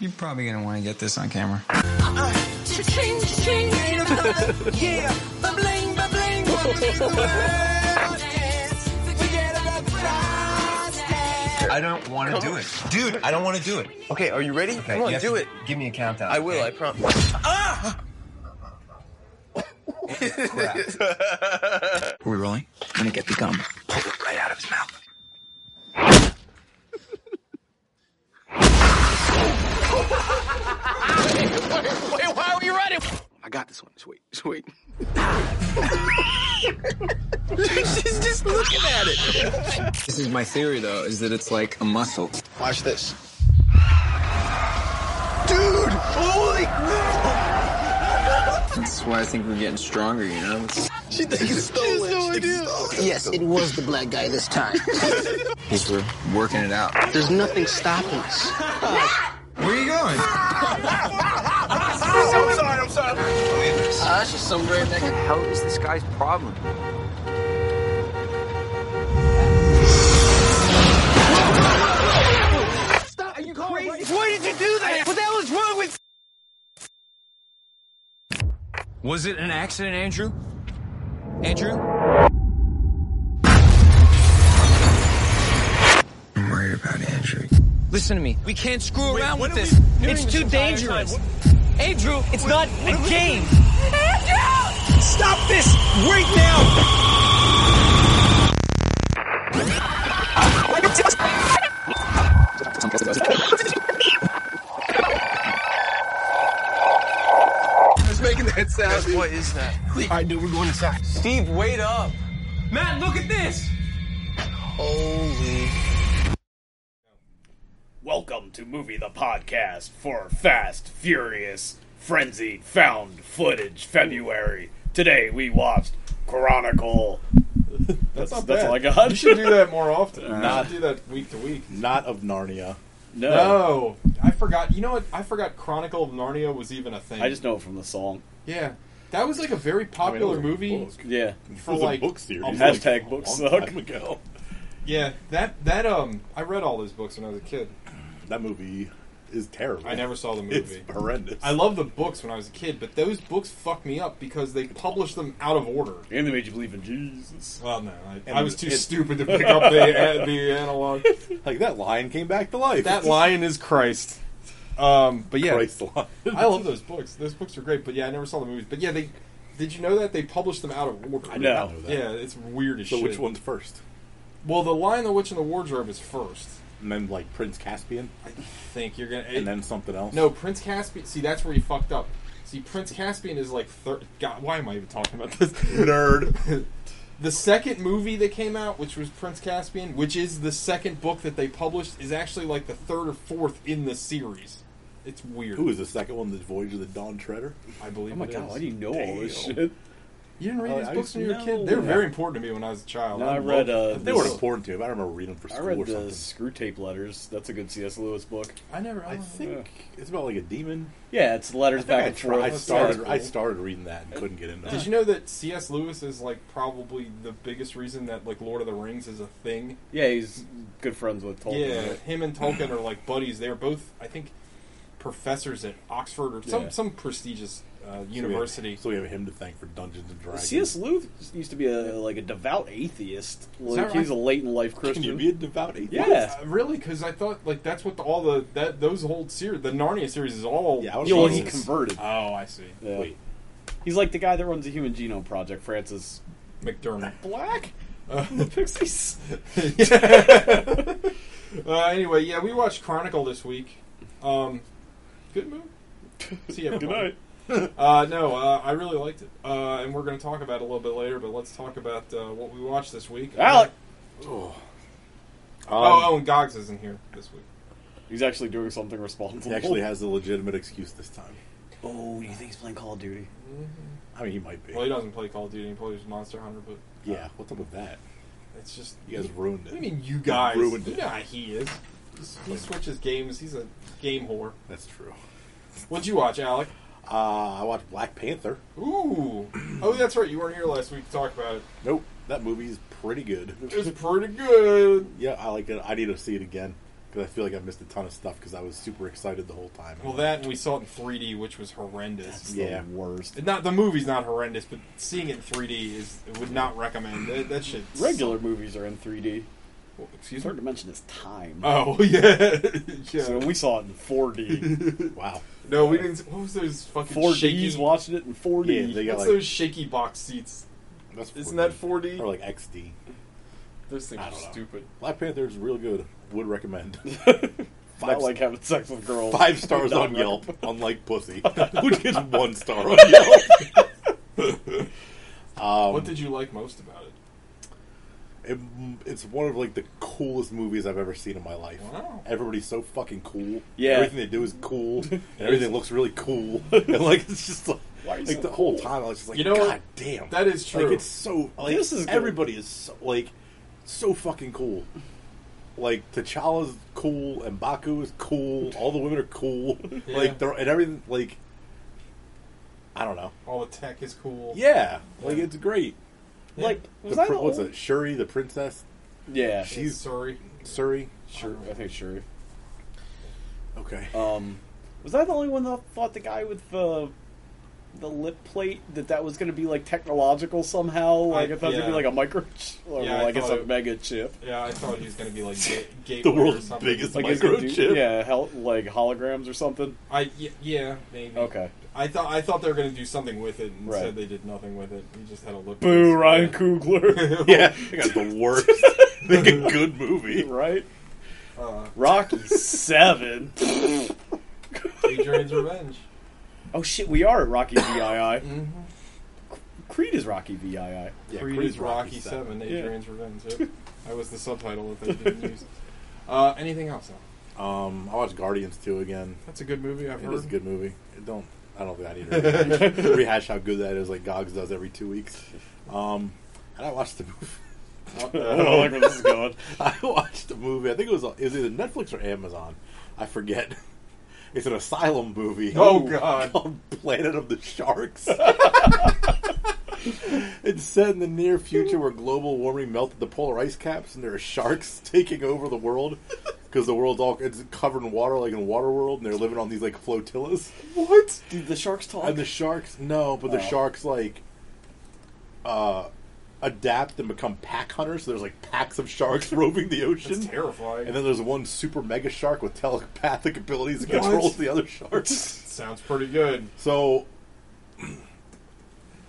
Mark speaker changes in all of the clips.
Speaker 1: You're probably gonna want to get this on camera.
Speaker 2: Uh, Cha-ching, cha-ching, ain't a problem. Yeah, ba-bling, ba-bling, ba-bling, dance. Forget about the
Speaker 1: I don't want to do it, dude. I don't want to do it.
Speaker 3: Okay, are you ready? Come on,
Speaker 1: You have
Speaker 3: do
Speaker 1: to
Speaker 3: it.
Speaker 1: Give me a countdown.
Speaker 3: I will, I promise.
Speaker 1: Ah! Are we rolling? I'm gonna get the gum. Pull it right out of his mouth.
Speaker 3: I got this one. Just wait. Just wait.
Speaker 1: This is my theory, though, is that it's like a muscle.
Speaker 3: Watch this. Dude! Holy crap!
Speaker 1: That's why I think we're getting stronger. You know, It's-
Speaker 3: She thinks it's stolen. No idea.
Speaker 4: Yes, it was the black guy this time.
Speaker 1: because we're working it out.
Speaker 4: There's nothing stopping us.
Speaker 1: Where are you going?
Speaker 3: I'm sorry, I'm sorry.
Speaker 1: Uh,
Speaker 4: That's just some redneck.
Speaker 1: hell is this guy's problem?
Speaker 3: Why did you do that? What the hell is wrong with
Speaker 1: Was it an accident, Andrew? Andrew? I'm worried about Andrew.
Speaker 5: Listen to me. We can't screw around
Speaker 6: what
Speaker 5: with
Speaker 6: are
Speaker 5: this.
Speaker 6: we doing
Speaker 5: It's
Speaker 6: this
Speaker 5: too
Speaker 6: entire
Speaker 5: dangerous.
Speaker 6: time?
Speaker 5: Andrew, it's not a game. Andrew! Stop this right now!
Speaker 3: What is that?
Speaker 5: Steve, wait up. Matt, look at this.
Speaker 3: Holy.
Speaker 6: Welcome to Movie the Podcast for Fast, Furious, Frenzied, Found Footage February. Today we watched Chronicle. That's, that's, all I got.
Speaker 7: You should do that more often.
Speaker 6: Not-
Speaker 7: Not do that week to week.
Speaker 8: Not of Narnia.
Speaker 6: no,
Speaker 7: No, I forgot. You know what? I forgot Chronicle of Narnia was even a thing.
Speaker 6: I just know it from the song.
Speaker 7: yeah, that was like a very popular movie
Speaker 6: Yeah.
Speaker 7: for
Speaker 8: was a
Speaker 7: like
Speaker 8: book series.
Speaker 7: a book-
Speaker 8: Like,
Speaker 6: Hashtag books
Speaker 8: long
Speaker 6: suck.
Speaker 8: time ago.
Speaker 7: Yeah, that that um, I read all those books when I was a kid.
Speaker 8: That movie is terrible.
Speaker 7: I never saw the
Speaker 8: It's
Speaker 7: movie.
Speaker 8: horrendous.
Speaker 7: I love the books when I was a kid, but those books fucked me up because they published them out of order.
Speaker 6: And they made you believe in Jesus.
Speaker 7: Well, no, I,
Speaker 8: And
Speaker 7: I was too
Speaker 8: it's-
Speaker 7: stupid to pick up the uh, the analog.
Speaker 8: like that lion came back to life.
Speaker 7: That lion is Christ. Um, but yeah,
Speaker 8: Christ lion.
Speaker 7: I love those books. Those books are great, but yeah, I never saw the movies. But yeah, they did you know that they published them out of order?
Speaker 8: I did not know that.
Speaker 7: Yeah, it's weird as
Speaker 8: So
Speaker 7: shit.
Speaker 8: which one's first?
Speaker 7: Well, the Lion, the Witch, and the Wardrobe is first.
Speaker 8: And then like Prince Caspian,
Speaker 7: I think you're gonna.
Speaker 8: and then something else.
Speaker 7: no, Prince Caspian. See, that's where you fucked up. See, Prince Caspian is like third. God, why am I even talking about this?
Speaker 8: nerd.
Speaker 7: the second movie that came out, which was Prince Caspian, which is the second book that they published, is actually like the third or fourth in the series. It's weird.
Speaker 8: Who is the second one? The Voyage of the Dawn Treader.
Speaker 7: I believe.
Speaker 6: Oh my
Speaker 7: it
Speaker 6: god,
Speaker 7: is.
Speaker 6: why do you know all this
Speaker 8: Damn.
Speaker 6: shit?
Speaker 7: You didn't read
Speaker 8: Oh,
Speaker 7: these
Speaker 8: I
Speaker 7: books when
Speaker 8: used-
Speaker 7: you were a kid?
Speaker 8: no.
Speaker 7: They were very important to me when I was a child.
Speaker 6: No, I read,
Speaker 7: loved-
Speaker 6: uh,
Speaker 8: They
Speaker 6: This-
Speaker 8: were important to him. I remember reading them for
Speaker 6: I
Speaker 8: school
Speaker 6: read
Speaker 8: or
Speaker 6: the
Speaker 8: something.
Speaker 6: screw tape letters. That's a good C.S. Lewis book.
Speaker 7: I never.
Speaker 6: Oh,
Speaker 8: I think it's about like a demon.
Speaker 6: Yeah, it's letters
Speaker 8: I, think
Speaker 6: back
Speaker 8: I
Speaker 6: and
Speaker 8: tried- I
Speaker 6: forth.
Speaker 8: started.
Speaker 7: cool.
Speaker 8: I started reading that and couldn't get into.
Speaker 7: Did
Speaker 8: it.
Speaker 7: you know that C.S. Lewis is like probably the biggest reason that like Lord of the Rings is a thing?
Speaker 6: Yeah, he's good friends with Tolkien.
Speaker 7: yeah,
Speaker 6: right?
Speaker 7: him and Tolkien are like buddies. They were both, I think, professors at Oxford or some
Speaker 6: Yeah.
Speaker 7: some prestigious uh,
Speaker 8: So we have-
Speaker 7: university.
Speaker 8: So we have him to thank for Dungeons and Dragons.
Speaker 6: C.S. Lewis used to be a like a devout atheist. Like
Speaker 7: that
Speaker 6: he's a
Speaker 7: right?
Speaker 6: late in life
Speaker 8: Can
Speaker 6: Christian.
Speaker 8: you be a devout atheist?
Speaker 6: yeah.
Speaker 7: Uh, really? Because I thought like that's what the, all the that those whole series, the Narnia series, is all.
Speaker 8: Yeah, I was
Speaker 6: Yeah, well, he
Speaker 8: Jesus. Uh,
Speaker 6: converted.
Speaker 7: oh, I see.
Speaker 6: Yeah.
Speaker 8: Wait.
Speaker 6: He's like the guy that runs the Human Genome Project, Francis
Speaker 7: McDermott.
Speaker 6: Black.
Speaker 7: Uh,
Speaker 6: Pixies.
Speaker 7: Uh, anyway, yeah, we watched Chronicle this week. Um, good move. See everybody.
Speaker 6: Good night.
Speaker 7: Uh, no, uh, I really liked it, uh, and we're going to talk about it a little bit later. But let's talk about uh, what we watched this week.
Speaker 6: Alec,
Speaker 7: oh,
Speaker 8: Um,
Speaker 7: oh, and Gogs isn't here this week.
Speaker 6: he's actually doing something responsible.
Speaker 8: He actually has a legitimate excuse this time.
Speaker 6: Oh, you think he's playing Call of Duty?
Speaker 8: I mean, he might be.
Speaker 7: Well, he doesn't play Call of Duty; he plays Monster Hunter. But
Speaker 8: Yeah, what's up with that?
Speaker 7: it's just
Speaker 8: You guys ruined it.
Speaker 7: What do you mean, you guys?
Speaker 8: ruined
Speaker 7: you
Speaker 8: it.
Speaker 7: know how he is. He's- He switches games. He's a game whore.
Speaker 8: That's true.
Speaker 7: What'd you watch, Alec?
Speaker 8: Uh, I watched Black Panther.
Speaker 7: Ooh. Oh, that's right. You weren't here last week to talk about it.
Speaker 8: Nope, that movie's pretty good.
Speaker 7: It was pretty good.
Speaker 8: Yeah, I like it. I need to see it again because I feel like I missed a ton of stuff because I was super excited the whole time.
Speaker 7: Well, that and we saw it in 3D, which was horrendous.
Speaker 8: yeah,
Speaker 6: Worst.
Speaker 7: Not the movie's not horrendous, but seeing it in 3D is would not recommend. That, that shit.
Speaker 6: Regular movies are in 3D.
Speaker 7: Well, Excuse
Speaker 6: Third
Speaker 7: me.
Speaker 6: dimension is time.
Speaker 7: Oh yeah. yeah.
Speaker 6: So we saw it in 4D.
Speaker 8: wow.
Speaker 7: no, we didn't. What was those fucking
Speaker 6: 4D's
Speaker 7: shaky?
Speaker 6: watching it in 4D.
Speaker 8: Yeah, they got
Speaker 7: what's
Speaker 8: like
Speaker 7: those shaky box seats?
Speaker 8: that's
Speaker 7: Isn't
Speaker 8: 4D.
Speaker 7: that 4D?
Speaker 8: or like XD.
Speaker 7: those things
Speaker 8: I
Speaker 7: are
Speaker 8: don't know.
Speaker 7: stupid.
Speaker 8: Black Panther is real good. Would recommend.
Speaker 6: not like having sex with girls.
Speaker 8: Five stars
Speaker 6: Not
Speaker 8: on
Speaker 6: recommend.
Speaker 8: Yelp, unlike pussy, which gets one star on Yelp. Um,
Speaker 7: what did you like most about it?
Speaker 8: It, it's one of like the coolest movies I've ever seen in my life.
Speaker 7: Wow.
Speaker 8: Everybody's so fucking cool.
Speaker 6: Yeah.
Speaker 8: everything they do is cool, and everything looks really cool. And like it's just like,
Speaker 6: Why are you
Speaker 8: like
Speaker 6: so
Speaker 8: the whole time I was just like,
Speaker 7: You know
Speaker 8: God
Speaker 7: what?
Speaker 8: damn,
Speaker 7: That is true.
Speaker 8: Like it's so like
Speaker 6: This is good.
Speaker 8: everybody is so, like so fucking cool. Like T'Challa's cool, and Baku is cool. All the women are cool.
Speaker 7: Yeah.
Speaker 8: Like they're and everything like I don't know.
Speaker 7: All the tech is cool.
Speaker 8: Yeah, like it's great.
Speaker 6: Like, was
Speaker 8: The
Speaker 6: I
Speaker 8: pr-
Speaker 6: the
Speaker 8: what's
Speaker 6: old-
Speaker 8: it? Shuri, the princess.
Speaker 6: Yeah.
Speaker 8: She- He's-
Speaker 7: sorry.
Speaker 8: Suri.
Speaker 6: Sure. I think sure.
Speaker 8: Okay.
Speaker 6: Um, was I the only one that thought the guy with the the lip plate that that was going to be like technological somehow? Like I,
Speaker 7: I-
Speaker 6: thought it was going
Speaker 7: yeah.
Speaker 6: to be like a micro, ch- or
Speaker 7: Yeah,
Speaker 6: well,
Speaker 7: I
Speaker 6: I guess
Speaker 7: thought
Speaker 6: a
Speaker 7: it-
Speaker 6: mega chip.
Speaker 7: Yeah, I thought he was gonna be like ga- gateway
Speaker 8: the
Speaker 7: or
Speaker 8: world's
Speaker 7: something.
Speaker 8: biggest
Speaker 6: Like it's gonna do-
Speaker 8: microchip.
Speaker 6: yeah, hel- like holograms or something.
Speaker 7: I yeah, yeah maybe.
Speaker 6: Okay.
Speaker 7: I thought I thought they were gonna do something with it, and
Speaker 6: Right.
Speaker 7: instead they did nothing with it. We just had a look.
Speaker 6: Boo, Ryan Coogler.
Speaker 8: Yeah, I got the worst. Make a good movie.
Speaker 6: right?
Speaker 7: Uh,
Speaker 6: Rocky Seven.
Speaker 7: Adrian's Revenge.
Speaker 6: oh shit, we are at Rocky VII. Creed is Rocky VII.
Speaker 8: Yeah,
Speaker 7: Creed
Speaker 8: Creed's
Speaker 7: is Rocky, Seven. Adrian's Revenge. Yep. that was the subtitle that they didn't use. Uh, anything else? Al?
Speaker 8: Um, I watched Guardians two again.
Speaker 7: That's a good movie. I've
Speaker 8: It
Speaker 7: heard.
Speaker 8: is a good movie. It don't. I don't think I need to rehash, rehash how good that is, like Gogs does every two weeks. Um, and I watched the movie.
Speaker 6: I don't like where this is going.
Speaker 8: I watched a movie. I think it was it was either Netflix or Amazon. I forget. It's an asylum movie.
Speaker 7: Oh, God.
Speaker 8: Called Planet of the Sharks. it's set in the near future where global warming melted the polar ice caps, and there are sharks taking over the world because the world's all it's covered in water, like in Waterworld, and they're living on these like flotillas.
Speaker 6: What? Dude, the sharks talk.
Speaker 8: And the sharks, no, but the sharks like uh, adapt and become pack hunters. So there's like packs of sharks roving the ocean.
Speaker 7: It's terrifying.
Speaker 8: And then there's one super mega shark with telepathic abilities that controls the other sharks.
Speaker 7: Sounds pretty good.
Speaker 8: So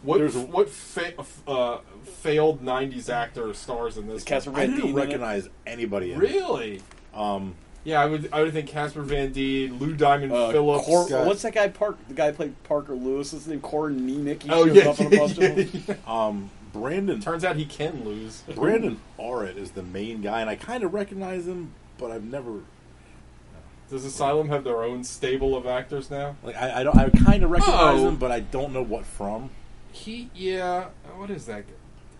Speaker 7: What
Speaker 8: There's a-
Speaker 7: what fa- uh, failed '90s actor stars in this?
Speaker 6: Casper
Speaker 8: I
Speaker 6: Van Dien
Speaker 8: didn't
Speaker 6: in it?
Speaker 8: recognize anybody. In it.
Speaker 7: Really?
Speaker 8: Um,
Speaker 7: Yeah, I would I would think Casper Van Dien, Lou Diamond
Speaker 6: Uh,
Speaker 7: Phillips. Oh,
Speaker 6: Cor-
Speaker 8: Scott.
Speaker 6: what's that guy? Park the guy who played Parker Lewis. His name Corin Nemec. He
Speaker 7: oh
Speaker 6: shows
Speaker 7: yeah,
Speaker 6: up on a bunch
Speaker 7: yeah,
Speaker 6: of them.
Speaker 7: yeah, yeah.
Speaker 8: um, Brandon
Speaker 7: Turns out he can lose.
Speaker 8: Brandon Arrett is the main guy, and I kind of recognize him, but I've never
Speaker 7: Does Asylum have their own stable of actors now?
Speaker 8: like I, I don't I kind of recognize
Speaker 7: Oh.
Speaker 8: him, but I don't know what from.
Speaker 7: He yeah. uh, What is that?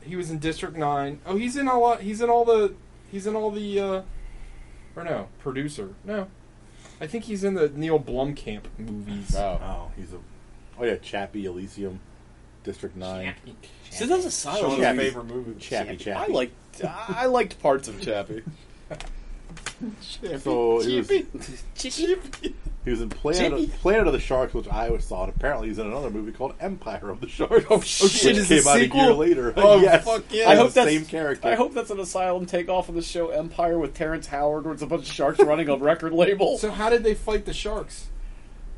Speaker 7: He was in District Nine. Oh, he's in a lot. He's in all the. He's in all the. uh Or no, producer. No, I think he's in the Neil Blumkamp movies.
Speaker 8: Oh, he's a oh yeah, Chappie Elysium, District Nine, Oh,
Speaker 6: So those asylum
Speaker 7: Sean's
Speaker 8: Chappie.
Speaker 6: movies.
Speaker 7: favorite movie.
Speaker 8: Chappie Chappie.
Speaker 6: I uh, liked I liked parts of Chappie.
Speaker 8: So he was,
Speaker 6: Chappie.
Speaker 8: he was in Planet of, Planet of the Sharks, which I always saw, and apparently he's in another movie called Empire of the Sharks.
Speaker 6: Oh, shit,
Speaker 8: which
Speaker 6: is
Speaker 8: came
Speaker 6: the
Speaker 8: out
Speaker 6: sequel?
Speaker 8: a year later.
Speaker 6: Oh,
Speaker 8: yes.
Speaker 6: fuck
Speaker 8: yeah!
Speaker 6: I hope
Speaker 8: the
Speaker 6: that's
Speaker 8: same character.
Speaker 6: I hope that's an asylum takeoff of the show Empire with Terrence Howard, where it's a bunch of sharks running a record label.
Speaker 7: So how did they fight the sharks?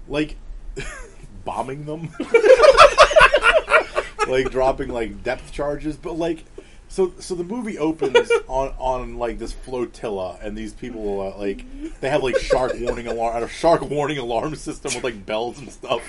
Speaker 8: like bombing them, like dropping like depth charges. But like, so so the movie opens on on like this flotilla, and these people uh, like they have like shark warning alarm, a shark warning alarm system with like bells and stuff.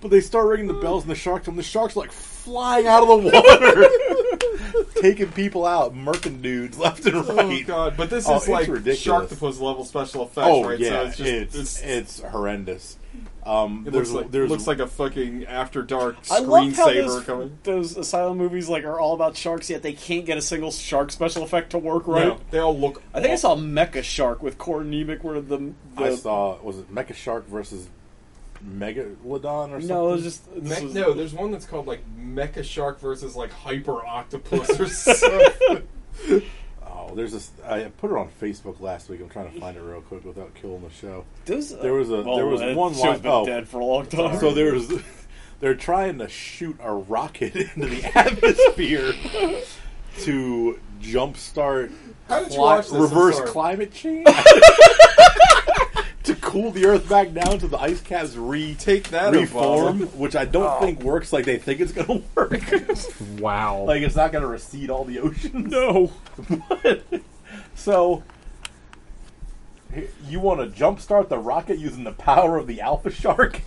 Speaker 8: But they start ringing the bells, and the sharks come. The sharks are like flying out of the water, taking people out, murking dudes left and
Speaker 7: Oh
Speaker 8: right.
Speaker 7: god! But this
Speaker 8: Oh,
Speaker 7: is
Speaker 8: it's
Speaker 7: like
Speaker 8: ridiculous.
Speaker 7: Sharktopus level special effects,
Speaker 8: Oh
Speaker 7: right?
Speaker 8: yeah,
Speaker 7: so it's just
Speaker 8: it's,
Speaker 7: it's,
Speaker 8: it's horrendous. Um,
Speaker 7: it
Speaker 8: there's
Speaker 7: looks like
Speaker 8: there's
Speaker 7: looks like a fucking After Dark
Speaker 6: I love how
Speaker 7: screensaver
Speaker 6: those,
Speaker 7: coming.
Speaker 6: those asylum movies like are all about sharks, yet they can't get a single shark special effect to work right.
Speaker 7: Right? they all look.
Speaker 6: I think I saw Mecha Shark with Core Nemec, where the, the
Speaker 8: I saw was it Mecha Shark versus Megalodon or something?
Speaker 6: no, it was just this
Speaker 7: Me-
Speaker 6: was-
Speaker 7: no, there's one that's called like Mecha Shark versus like Hyper Octopus or something.
Speaker 8: Oh, there's this. I put it on Facebook last week. I'm trying to find it real quick without killing the show.
Speaker 6: those-
Speaker 8: There was a
Speaker 6: well,
Speaker 8: there was
Speaker 6: Oh, that
Speaker 8: one
Speaker 6: show's
Speaker 8: line.
Speaker 6: been
Speaker 8: Oh,
Speaker 6: dead for a long time.
Speaker 8: so there was. They're trying to shoot a rocket into the atmosphere to jumpstart
Speaker 7: How did you
Speaker 8: cli-
Speaker 7: watch this? I'm
Speaker 8: reverse
Speaker 7: sorry.
Speaker 8: climate change to cool the Earth back down to the ice caps re
Speaker 7: Take that, Oh.
Speaker 8: reform,
Speaker 7: Obama.
Speaker 8: which I don't think works like they think it's going to work.
Speaker 1: Wow.
Speaker 8: like it's not going to recede all the oceans. No. but, so you want to jumpstart the rocket using the power of the alpha shark?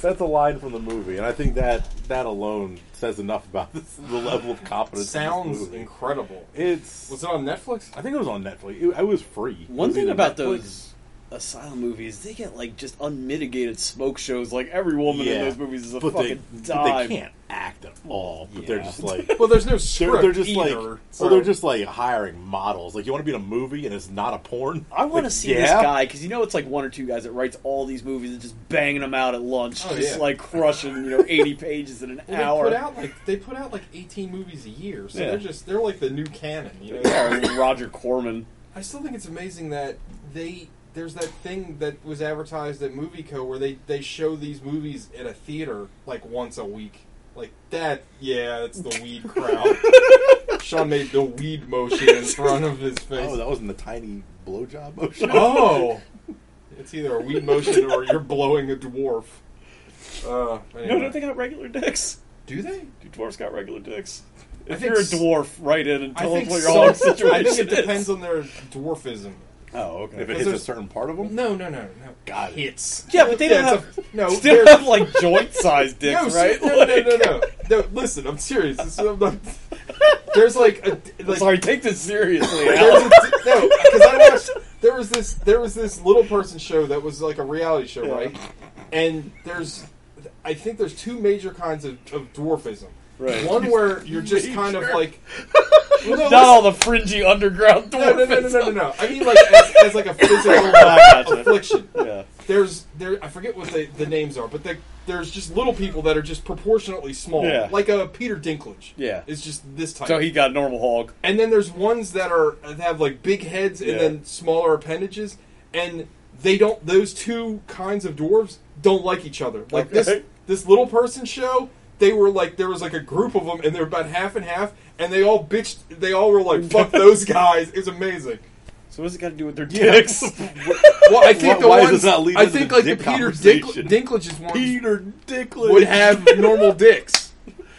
Speaker 8: That's a line from the movie, and I think that that alone says enough about this, the level of competence. in this
Speaker 7: Sounds
Speaker 8: movie.
Speaker 7: incredible.
Speaker 8: It's.
Speaker 7: Was it on Netflix?
Speaker 8: I think it was on Netflix. It, it was free. It
Speaker 6: One
Speaker 8: was
Speaker 6: thing
Speaker 8: either
Speaker 6: about
Speaker 8: Netflix-
Speaker 6: those asylum movies, they get like just unmitigated smoke shows. Like every woman in
Speaker 8: Yeah.
Speaker 6: those movies is a
Speaker 8: but
Speaker 6: fucking
Speaker 8: they,
Speaker 6: dime.
Speaker 8: But they can't act at all. But they're
Speaker 6: Yeah.
Speaker 8: just like
Speaker 7: Well, there's no script.
Speaker 8: they're, they're just
Speaker 7: either,
Speaker 8: like
Speaker 7: so-
Speaker 8: well, they're just like hiring models. Like you want to be in a movie and it's not a porn.
Speaker 6: I want to
Speaker 8: Like,
Speaker 6: see this
Speaker 8: yeah?
Speaker 6: guy because you know it's like one or two guys that writes all these movies and just banging them out at lunch,
Speaker 7: Oh,
Speaker 6: just
Speaker 7: yeah.
Speaker 6: like crushing you know eighty pages in an
Speaker 7: Well,
Speaker 6: hour.
Speaker 7: They put out like they put out like 18 movies a year, so
Speaker 6: Yeah.
Speaker 7: they're just they're like the new canon. You know,
Speaker 6: Yeah, and Roger Corman.
Speaker 7: I still think it's amazing that they there's that thing that was advertised at MovieCo where they they show these movies at a theater like once a week. Like that, yeah, it's the weed crowd. Sean made the weed motion in front of his face.
Speaker 8: Oh, that wasn't the tiny blowjob motion.
Speaker 7: Oh, it's either a weed motion or you're blowing a dwarf. Uh,
Speaker 6: No,
Speaker 7: anyway.
Speaker 6: don't they got regular dicks?
Speaker 7: do they?
Speaker 6: Do dwarfs got regular dicks? If
Speaker 7: think
Speaker 6: you're a
Speaker 7: s-
Speaker 6: dwarf, write in and
Speaker 7: I
Speaker 6: tell us
Speaker 7: think,
Speaker 6: what your
Speaker 7: so.
Speaker 6: own
Speaker 7: I think
Speaker 6: situation
Speaker 7: it depends
Speaker 6: is.
Speaker 7: on their dwarfism.
Speaker 6: Oh, okay.
Speaker 8: If it hits a
Speaker 7: there's-
Speaker 8: certain part of them,
Speaker 7: No, no, no, no.
Speaker 8: got it.
Speaker 7: Hits.
Speaker 6: Yeah, but they don't
Speaker 7: it's
Speaker 6: have-
Speaker 7: A, no,
Speaker 6: Still
Speaker 7: they're-
Speaker 6: have like joint sized dicks,
Speaker 7: no,
Speaker 6: right?
Speaker 7: ser- No, no, no, no, no. No, Listen, I'm serious. This- I'm not- there's like a like,
Speaker 6: Sorry, take this seriously.
Speaker 7: There's
Speaker 6: Al.
Speaker 7: a, no, because I watched. There was this. There was this little person show that was like a reality show, right? And there's, I think there's two major kinds of, of dwarfism.
Speaker 6: Right.
Speaker 7: One where you're just kind of like, well, no,
Speaker 6: Not all the fringy underground
Speaker 7: listen, no,
Speaker 6: dwarfism.
Speaker 7: no, no, no, no, no. I mean, like as, as like a physical
Speaker 6: I gotcha.
Speaker 7: affliction.
Speaker 6: Yeah.
Speaker 7: There's there. I forget what the, the names are, but the, there's just little people that are just proportionately small,
Speaker 6: Yeah.
Speaker 7: like a Peter Dinklage.
Speaker 6: Yeah.
Speaker 7: it's just this type.
Speaker 6: So he got normal hog.
Speaker 7: And then there's ones that are that have like big heads and
Speaker 6: Yeah.
Speaker 7: then smaller appendages, and they don't. Those two kinds of dwarves don't like each other. Like this
Speaker 6: Okay.
Speaker 7: this little person show, they were like there was like a group of them, and they're about half and half, and they all bitched. They all were like, "Fuck those guys!" It's amazing.
Speaker 6: So what's it got to do with their dicks?
Speaker 7: Well, I think
Speaker 8: Why-
Speaker 7: the
Speaker 8: why does
Speaker 7: ones
Speaker 8: this not lead
Speaker 7: I
Speaker 8: into
Speaker 7: think
Speaker 8: the
Speaker 7: like the
Speaker 8: dick
Speaker 7: Peter Dink-
Speaker 8: conversation?
Speaker 7: Dinklage's ones
Speaker 8: Peter Dicklin
Speaker 7: would have normal dicks.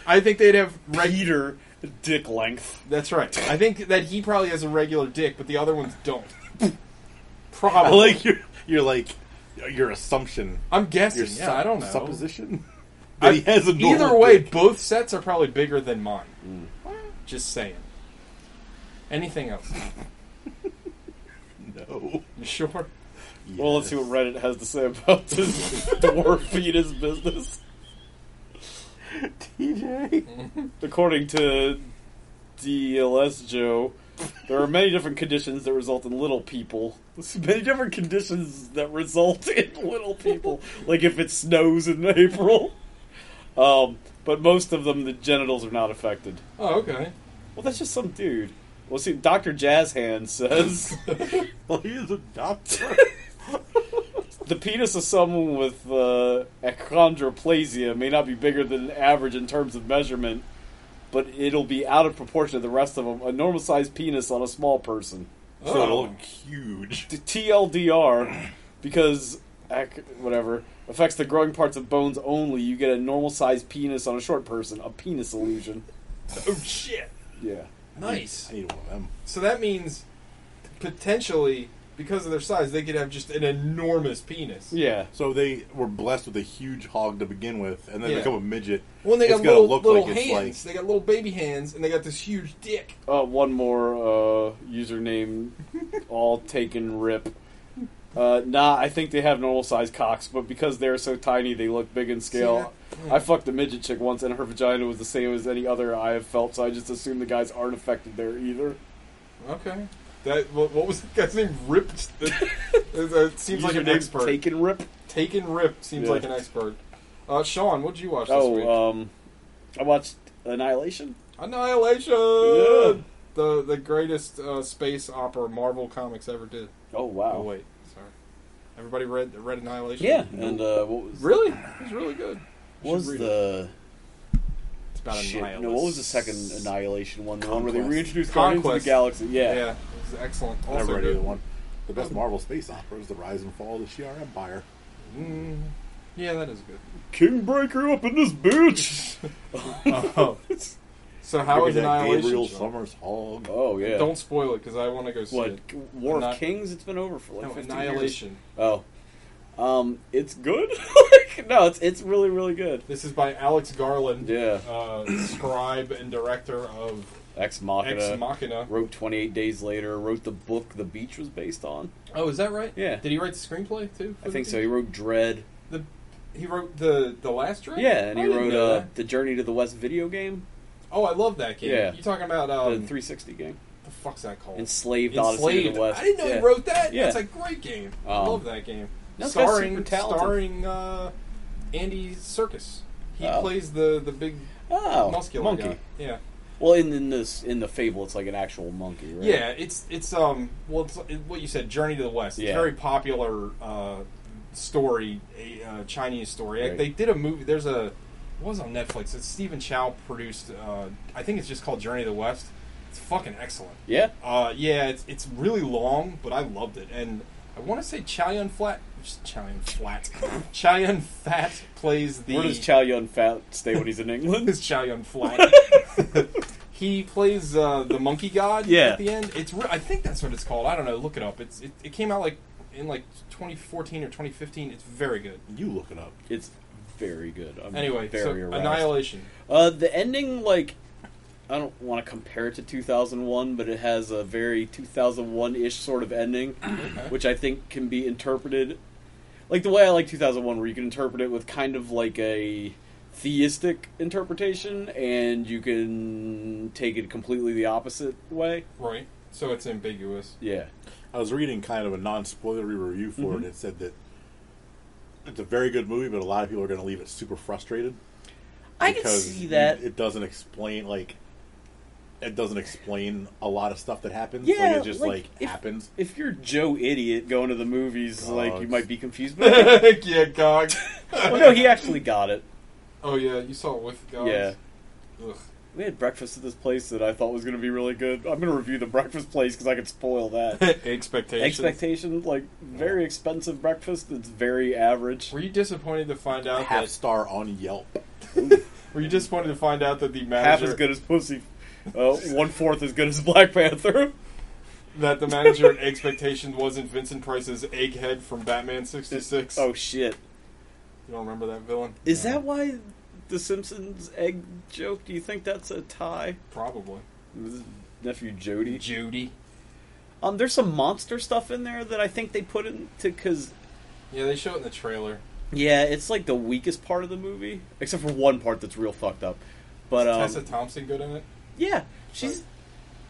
Speaker 7: I think they'd have regular.
Speaker 6: Peter dick length.
Speaker 7: That's right. I think that he probably has a regular dick, but the other ones don't. Probably.
Speaker 8: I like your your like your assumption.
Speaker 7: I'm guessing.
Speaker 8: Your
Speaker 7: Yeah,
Speaker 8: sup-
Speaker 7: I don't know.
Speaker 8: supposition. That he
Speaker 7: I-
Speaker 8: has a normal
Speaker 7: Either way,
Speaker 8: dick.
Speaker 7: both sets are probably bigger than mine. Just saying. Anything else?
Speaker 8: No.
Speaker 7: You sure?
Speaker 6: Well, let's see what Reddit has to say about this dwarf fetus business.
Speaker 8: TJ.
Speaker 6: According to DLS Joe, there are many different conditions that result in little people. There's many different conditions that result in little people, like if it snows in April. Um, but most of them, the genitals are not affected.
Speaker 7: Oh, okay.
Speaker 6: Well, that's just some dude. Well, see, Dr. Jazz Hand says.
Speaker 8: Well, he is a doctor.
Speaker 6: The penis of someone with uh, achondroplasia may not be bigger than average in terms of measurement, but it'll be out of proportion to the rest of them. A normal sized penis on a small person.
Speaker 8: so it'll look huge.
Speaker 6: The TLDR, because ac- whatever affects the growing parts of bones only, you get a normal sized penis on a short person. A penis illusion.
Speaker 7: Oh shit!
Speaker 6: Yeah.
Speaker 7: Nice.
Speaker 8: I need one of them.
Speaker 7: So that means potentially because of their size, they could have just an enormous penis.
Speaker 6: Yeah.
Speaker 8: So they were blessed with a huge hog to begin with, and then
Speaker 7: Yeah.
Speaker 8: become a midget.
Speaker 7: Well, and they
Speaker 8: It's
Speaker 7: got
Speaker 8: gonna
Speaker 7: little,
Speaker 8: look
Speaker 7: little
Speaker 8: like it's like-
Speaker 7: hands. They got little baby hands, and they got this huge dick.
Speaker 6: Uh, one more uh, username, all taken rip. Uh, nah, I think they have normal sized cocks, but because they're so tiny, they look big in scale. I fucked a midget chick once, and her vagina was the same as any other I have felt, so I just assume the guys aren't affected there either.
Speaker 7: Okay. That what, what was that guy's name? Ripped. that seems like an
Speaker 6: Username
Speaker 7: expert.
Speaker 6: Taken rip.
Speaker 7: Taken Rip seems
Speaker 6: Yeah.
Speaker 7: like an expert. Uh, Sean, what did you watch this week?
Speaker 6: Oh, um, I watched Annihilation.
Speaker 7: Annihilation,
Speaker 6: Yeah.
Speaker 7: the the greatest uh, space opera Marvel Comics ever did.
Speaker 6: Oh wow.
Speaker 7: Oh wait, sorry. Everybody read read Annihilation.
Speaker 6: Yeah, and uh, what was
Speaker 7: really, it was really good.
Speaker 6: what was
Speaker 7: read
Speaker 6: the
Speaker 7: It's about
Speaker 6: shit?
Speaker 7: Annihilation.
Speaker 6: No, what was the second Annihilation one? The one where they
Speaker 8: Conquest.
Speaker 6: reintroduced Guardians of the
Speaker 7: Conquest.
Speaker 6: Galaxy. Yeah.
Speaker 7: Yeah, it was excellent.
Speaker 8: I never
Speaker 7: Also
Speaker 8: read either
Speaker 7: good. Um,
Speaker 8: one. The best Marvel space opera is the rise and fall of the Shi'ar Empire.
Speaker 7: Mm, yeah, that is good.
Speaker 6: Kingbreaker up in this bitch.
Speaker 7: So how
Speaker 8: Look
Speaker 7: is
Speaker 8: at that
Speaker 7: Annihilation?
Speaker 8: Gabriel
Speaker 7: Sean?
Speaker 8: Summers hog.
Speaker 6: oh yeah.
Speaker 7: Don't spoil it because I want to go see
Speaker 6: what
Speaker 7: it.
Speaker 6: War of
Speaker 7: Anni-
Speaker 6: Kings? It's been over for like
Speaker 7: No,
Speaker 6: 15
Speaker 7: Annihilation.
Speaker 6: Years. Oh, um, it's good. like, no, it's it's really really good.
Speaker 7: This is by Alex Garland,
Speaker 6: Yeah.
Speaker 7: uh, scribe and director of
Speaker 6: Ex Machina.
Speaker 7: Ex Machina.
Speaker 6: Wrote 28 days later. Wrote the book the beach was based on.
Speaker 7: Oh, is that right?
Speaker 6: Yeah.
Speaker 7: Did he write the screenplay too? for
Speaker 6: I
Speaker 7: the
Speaker 6: think so.
Speaker 7: TV?
Speaker 6: He wrote Dread.
Speaker 7: The he wrote the the last draft.
Speaker 6: Yeah, and
Speaker 7: I
Speaker 6: he
Speaker 7: didn't
Speaker 6: wrote
Speaker 7: know
Speaker 6: uh,
Speaker 7: that.
Speaker 6: the Journey to the West video game,
Speaker 7: Oh, I love that game.
Speaker 6: Yeah.
Speaker 7: You talking about um,
Speaker 6: the 360 game,
Speaker 7: what the fuck's that called?
Speaker 6: Enslaved, Odyssey to
Speaker 7: Enslaved.
Speaker 6: the West.
Speaker 7: I didn't know
Speaker 6: yeah.
Speaker 7: he wrote that.
Speaker 6: Yeah.
Speaker 7: That's a great game. I
Speaker 6: Um,
Speaker 7: love that game.
Speaker 6: That's got
Speaker 7: starring
Speaker 6: super talented.
Speaker 7: starring uh, Andy Circus. He
Speaker 6: Oh.
Speaker 7: plays the the big
Speaker 6: Oh,
Speaker 7: muscular
Speaker 6: monkey.
Speaker 7: guy. Yeah.
Speaker 6: Well, in, in this in the fable, it's like an actual monkey, right?
Speaker 7: Yeah, it's it's um well it's it- what you said, Journey to the West. It's
Speaker 6: Yeah.
Speaker 7: a very popular uh, story, a uh, Chinese story.
Speaker 6: Right.
Speaker 7: They did a movie. There's a it was on Netflix. It's Stephen Chow produced. Uh, I think it's just called Journey to the West. It's fucking excellent.
Speaker 6: Yeah.
Speaker 7: Uh, yeah, it's it's really long, but I loved it. And I want to say Chow Yun Flat, Chow Yun Flat, Chow Yun Fat plays the
Speaker 6: Where does Chow Yun Fat stay when he's in England?
Speaker 7: is Chow Yun Flat. he plays uh, the monkey god
Speaker 6: Yeah.
Speaker 7: at the end. It's re- I think that's what it's called. I don't know. Look it up. It's it, it came out like in like 2014 or 2015. It's very good.
Speaker 8: You look it up.
Speaker 6: it's very good. I'm
Speaker 7: Anyway, so
Speaker 6: Mm, very aroused.
Speaker 7: Annihilation.
Speaker 6: Uh, the ending, like, I don't want to compare it to 2001, but it has a very 2001 ish sort of ending, which I think can be interpreted. Like, the way I like 2001, where you can interpret it with kind of like a theistic interpretation, and you can take it completely the opposite way.
Speaker 7: Right. So it's ambiguous.
Speaker 6: Yeah.
Speaker 8: I was reading kind of a non-spoilery review
Speaker 7: Mm-hmm.
Speaker 8: for it, and it said that it's a very good movie, but a lot of people are going to leave it super frustrated
Speaker 6: I can see that.
Speaker 8: it doesn't explain like it doesn't explain a lot of stuff that happens.
Speaker 6: Yeah,
Speaker 8: like, it just
Speaker 6: like,
Speaker 8: like,
Speaker 6: if-
Speaker 8: happens.
Speaker 6: if you're Joe Idiot going to the movies, like, you
Speaker 8: Gogs.
Speaker 6: might be confused. But
Speaker 7: yeah, God.
Speaker 6: well, no, he actually got it.
Speaker 7: Oh yeah, you saw it with God.
Speaker 6: Yeah.
Speaker 7: Ugh.
Speaker 6: We had breakfast at this place that I thought was going to be really good. I'm going to review the breakfast place because I could spoil that.
Speaker 7: Expectations.
Speaker 6: Expectation, like, very expensive breakfast that's very average.
Speaker 7: Were you disappointed to find out
Speaker 8: Half
Speaker 7: that?
Speaker 8: star on Yelp.
Speaker 7: Were you disappointed to find out that the manager
Speaker 6: Half as good as Pussy. Uh, one fourth as good as Black Panther.
Speaker 7: that the manager at Expectations wasn't Vincent Price's egghead from Batman '66?
Speaker 6: Oh, shit.
Speaker 7: You don't remember that villain?
Speaker 6: Is that why the Simpsons egg joke? Do you think that's a tie?
Speaker 7: Probably.
Speaker 6: It was his nephew Jody.
Speaker 7: Judy.
Speaker 6: Um, there's some monster stuff in there that I think they put into because
Speaker 7: Yeah, they show it in the trailer.
Speaker 6: yeah, it's like the weakest part of the movie, except for one part that's real fucked up. But um,
Speaker 7: Tessa Thompson good in it?
Speaker 6: Yeah, she's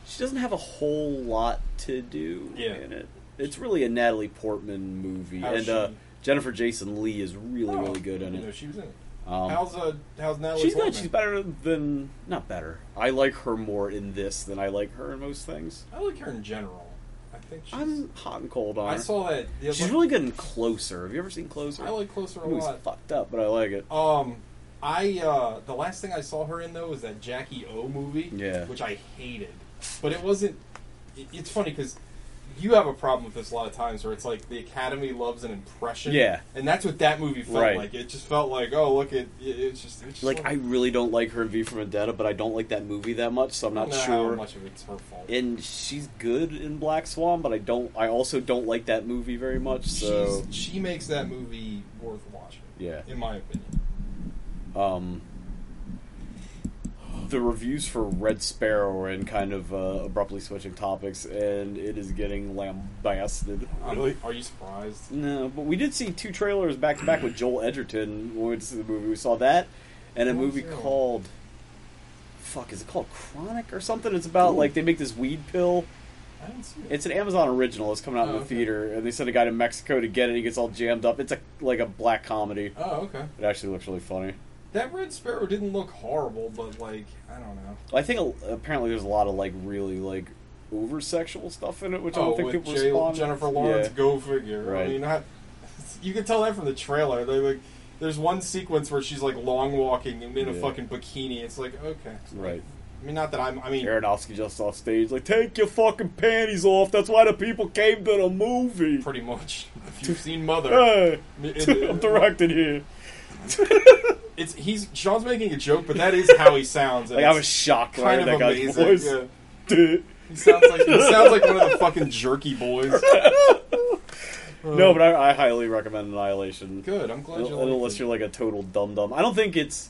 Speaker 6: she doesn't have a whole lot to do
Speaker 7: Yeah.
Speaker 6: in it. It's really a Natalie Portman movie,
Speaker 7: How's
Speaker 6: and uh,
Speaker 7: she? Oh.
Speaker 6: Jennifer Jason Lee is really really good in
Speaker 7: You know,
Speaker 6: it.
Speaker 7: she was in it.
Speaker 6: Um,
Speaker 7: how's uh, how's Natalie?
Speaker 6: she's good.
Speaker 7: Portman?
Speaker 6: She's better than not better. I like her more in this than I like her in most things.
Speaker 7: I like her in general. I think she's.
Speaker 6: I'm hot and cold on
Speaker 7: I
Speaker 6: her.
Speaker 7: saw that. the
Speaker 6: she's
Speaker 7: other-
Speaker 6: really good in Closer. Have you ever seen Closer?
Speaker 7: I like closer a
Speaker 6: It was
Speaker 7: lot.
Speaker 6: fucked up, but I like it.
Speaker 7: Um, I uh, the last thing I saw her in though was that Jackie O movie,
Speaker 6: Yeah.
Speaker 7: which I hated. But it wasn't. It, it's funny because you have a problem with this a lot of times where it's like the Academy loves an impression.
Speaker 6: Yeah.
Speaker 7: And that's what that movie felt
Speaker 6: Right.
Speaker 7: like. It just felt like, oh, look at it's just it's just
Speaker 6: Like I really don't like her in V for Vendetta, but I don't like that movie that much, so I'm
Speaker 7: I
Speaker 6: not
Speaker 7: don't know
Speaker 6: sure.
Speaker 7: how much of it's her fault.
Speaker 6: And she's good in Black Swan, but I don't. I also don't like that movie very much. So
Speaker 7: She's, she makes that movie worth watching,
Speaker 6: yeah.
Speaker 7: in my opinion.
Speaker 6: Um, the reviews for Red Sparrow are in kind of uh, abruptly switching topics, and it is getting lambasted.
Speaker 7: Um,
Speaker 8: Really?
Speaker 7: Are you surprised?
Speaker 6: No, but we did see two trailers back to back with Joel Edgerton when we went to see the movie. We saw that and a
Speaker 7: What was
Speaker 6: movie
Speaker 7: that?
Speaker 6: called Fuck, is it called Chronic or something? It's about like they make this weed pill.
Speaker 7: I didn't see it.
Speaker 6: It's an Amazon original. It's coming out in
Speaker 7: Oh,
Speaker 6: the
Speaker 7: okay.
Speaker 6: theater, and they sent a guy to Mexico to get it. He gets all jammed up. It's a like a black comedy.
Speaker 7: Oh, okay.
Speaker 6: It actually looks really funny.
Speaker 7: That Red Sparrow didn't look horrible, but like I don't know.
Speaker 6: I think a- apparently there's a lot of like really like over sexual stuff in it, which I
Speaker 7: oh,
Speaker 6: don't think
Speaker 7: with
Speaker 6: people
Speaker 7: J-
Speaker 6: respond.
Speaker 7: Jennifer Lawrence,
Speaker 6: Yeah.
Speaker 7: go figure.
Speaker 6: Right.
Speaker 7: I mean, I, you can tell that from the trailer. They like, there's one sequence where she's like long walking and in a
Speaker 6: Yeah.
Speaker 7: fucking bikini. It's like okay,
Speaker 6: Right.
Speaker 7: I mean, not that I'm. I mean,
Speaker 6: Aronofsky just off stage, like, take your fucking panties off. That's why the people came to the movie.
Speaker 7: pretty much. If you've seen Mother,
Speaker 6: Hey,
Speaker 7: It-
Speaker 6: I'm directing here.
Speaker 7: it's he's Sean's making a joke, but that is how he sounds. and
Speaker 6: Like, I
Speaker 7: it's
Speaker 6: was shocked when I
Speaker 7: kind
Speaker 6: heard
Speaker 7: of
Speaker 6: that guy's
Speaker 7: amazing.
Speaker 6: voice.
Speaker 7: yeah.
Speaker 6: Dude.
Speaker 7: He sounds like he sounds like one of the fucking jerky boys.
Speaker 6: No, but I, I highly recommend Annihilation.
Speaker 7: Good, I'm glad you
Speaker 6: Un-
Speaker 7: like
Speaker 6: Unless
Speaker 7: it.
Speaker 6: you're like a total dum dum. I don't think it's.